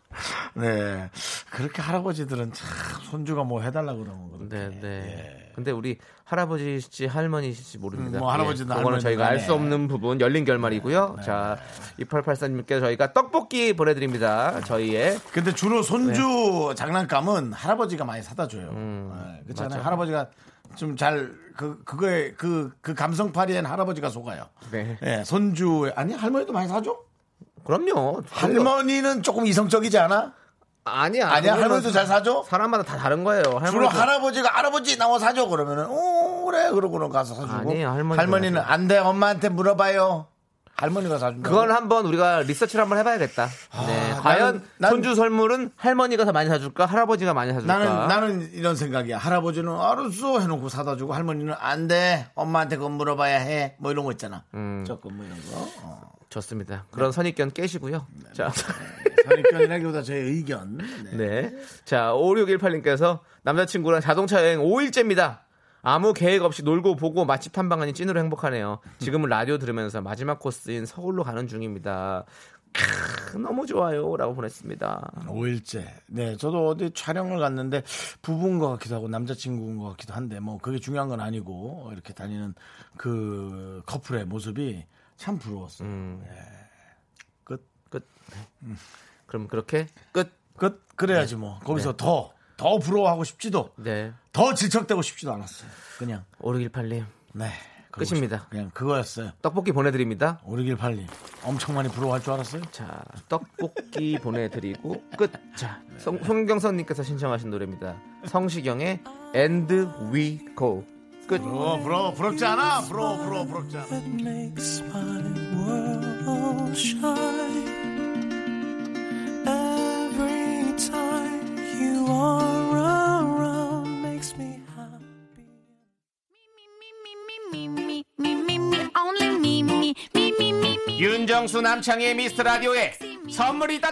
네 그렇게 할아버지들은 참 손주가 뭐 해달라 그러면 그렇게 예. 네네 근데 우리 할아버지일지 할머니일지 모릅니다 음, 예, 뭐 할아버지나 할머니나 그거는 저희가 알 수 네. 없는 부분 열린 결말이고요 자 2884님께 저희가 떡볶이 보내드립니다 저희의 근데 주로 손주 장난감은 할아버지가 많이 사다 줘요. 네, 그렇잖아요. 맞아. 할아버지가 좀 잘 그 그거에 그 그 감성파리엔 할아버지가 속아요. 네. 예, 손주 아니 할머니도 많이 사줘? 그럼요 할머니는 조금 이성적이지 않아? 아니야 아니야 그거는 할머니도 잘 사줘? 사람마다 다 다른 거예요 주로 할머니도- 할아버지가 할아버지 나와 뭐 사줘 그러면은 오 그래 그러고는 가서 사주고 아니에요, 할머니도 할머니는 안 돼 엄마한테 물어봐요. 할머니가 사준다. 그건 한번 우리가 리서치를 한번 해봐야겠다. 네. 과연 아, 나는- 난- 손주 선물은 할머니가 더 많이 사줄까? 할아버지가 많이 사줄까? 나는 나는 이런 생각이야. 할아버지는 알았어 해놓고 사다 주고 할머니는 안 돼. 엄마한테 그건 물어봐야 해. 뭐 이런 거 있잖아. 음. 조금 뭐 이런 거. 어. 좋습니다. 그런 네. 선입견 깨시고요. 자, 선입견이라기보다 예. 제 의견. 네. 네. 자, 5618님께서 남자친구랑 자동차 여행 5일째입니다. 아무 계획 없이 놀고 보고 맛집 탐방하니 찐으로 행복하네요. 지금은 라디오 들으면서 마지막 코스인 서울로 가는 중입니다. 크, 너무 좋아요. 라고 보냈습니다. 5일째. 네, 저도 어디 촬영을 갔는데 부부인 것 같기도 하고 남자친구인 것 같기도 한데 뭐 그게 중요한 건 아니고 이렇게 다니는 그 커플의 모습이 참 부러웠어요. 음. 예. 끝. 끝. 음. 그럼 그렇게 끝. 끝. 그래야지 뭐. 거기서 더, 더 부러워하고 싶지도 네. 더 질척대고 싶지도 않았어요. 그냥. 5618님. 네. 그러고 끝입니다. 싶- 그냥 그거였어요. 떡볶이 보내드립니다. 오르길 팔리. 엄청 많이 부러워할 줄 알았어요. 자 떡볶이 보내드리고 끝. 자 송, 송경선님께서 신청하신 노래입니다. 성시경의 And We Go 끝. 부러워, 부러워, 부럽지 않아? 부러워, 부러워, 부럽지 않아? that makes my world shine. Every time you are around makes me happy. 윤정수 남창의 미스터 라디오에 선물이 있다.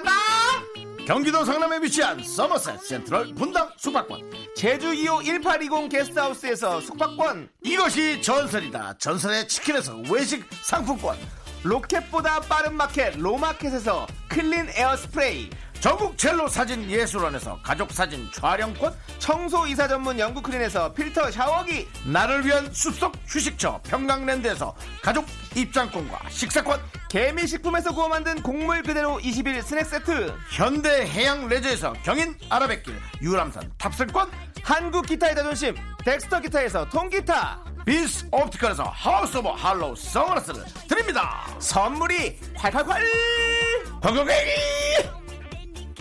경기도 성남에 위치한 서머셋 센트럴 분당 숙박권. 제주 2호 1820 게스트하우스에서 숙박권. 이것이 전설이다. 전설의 치킨에서 외식 상품권. 로켓보다 빠른 마켓 로마켓에서 클린 에어 스프레이. 전국 첼로 사진 예술원에서 가족 사진 촬영권. 청소 이사 전문 영국 클린에서 필터 샤워기. 나를 위한 숲속 휴식처 평강랜드에서 가족 입장권과 식사권. 개미식품에서 구워 만든 곡물 그대로 21 스낵 세트. 현대 해양 레저에서 경인 아라뱃길 유람선 탑승권. 한국 기타의 자존심 덱스터 기타에서 통기타 비스 옵티컬에서 하우스 오브 할로우 선글라스를 드립니다. 선물이 콸콸콸 광고객이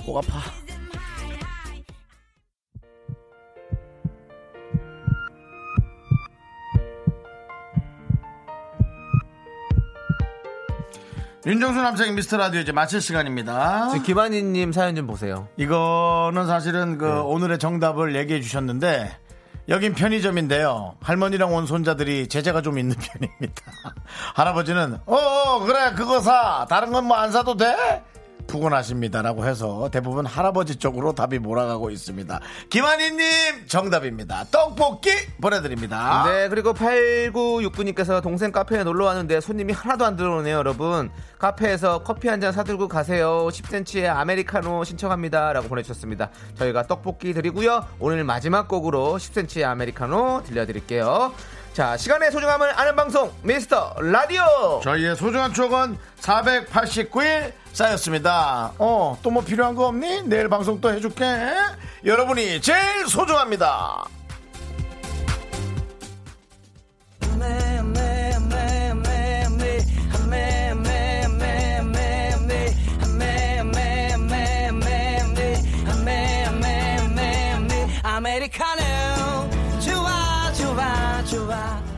목 아파 윤정수 남창의 미스터 라디오 이제 마칠 시간입니다. 지금 김한희님 사연 좀 보세요 이거는 사실은 그 오늘의 정답을 얘기해 주셨는데 여긴 편의점인데요. 할머니랑 온 손자들이 제재가 좀 있는 편입니다. 할아버지는 어어 그래 그거 사 다른 건 뭐 안 사도 돼? 부근하십니다라고 해서 대부분 할아버지 쪽으로 답이 몰아가고 있습니다. 김한희님 정답입니다. 떡볶이 보내드립니다. 네 그리고 8969님께서 동생 카페에 놀러 왔는데 손님이 하나도 안 들어오네요 여러분 카페에서 커피 한 잔 사들고 가세요 10cm의 아메리카노 신청합니다 라고 보내주셨습니다 저희가 떡볶이 드리고요 오늘 마지막 곡으로 10cm의 아메리카노 들려드릴게요 자 시간의 소중함을 아는 방송 미스터 라디오 저희의 소중한 추억은 489일 쌓였습니다. 어, 또 뭐 필요한 거 없니? 내일 방송 또 해줄게. 여러분이 제일 소중합니다. Me, me, me, me, me. I 아메리카노 좋아 좋아 좋아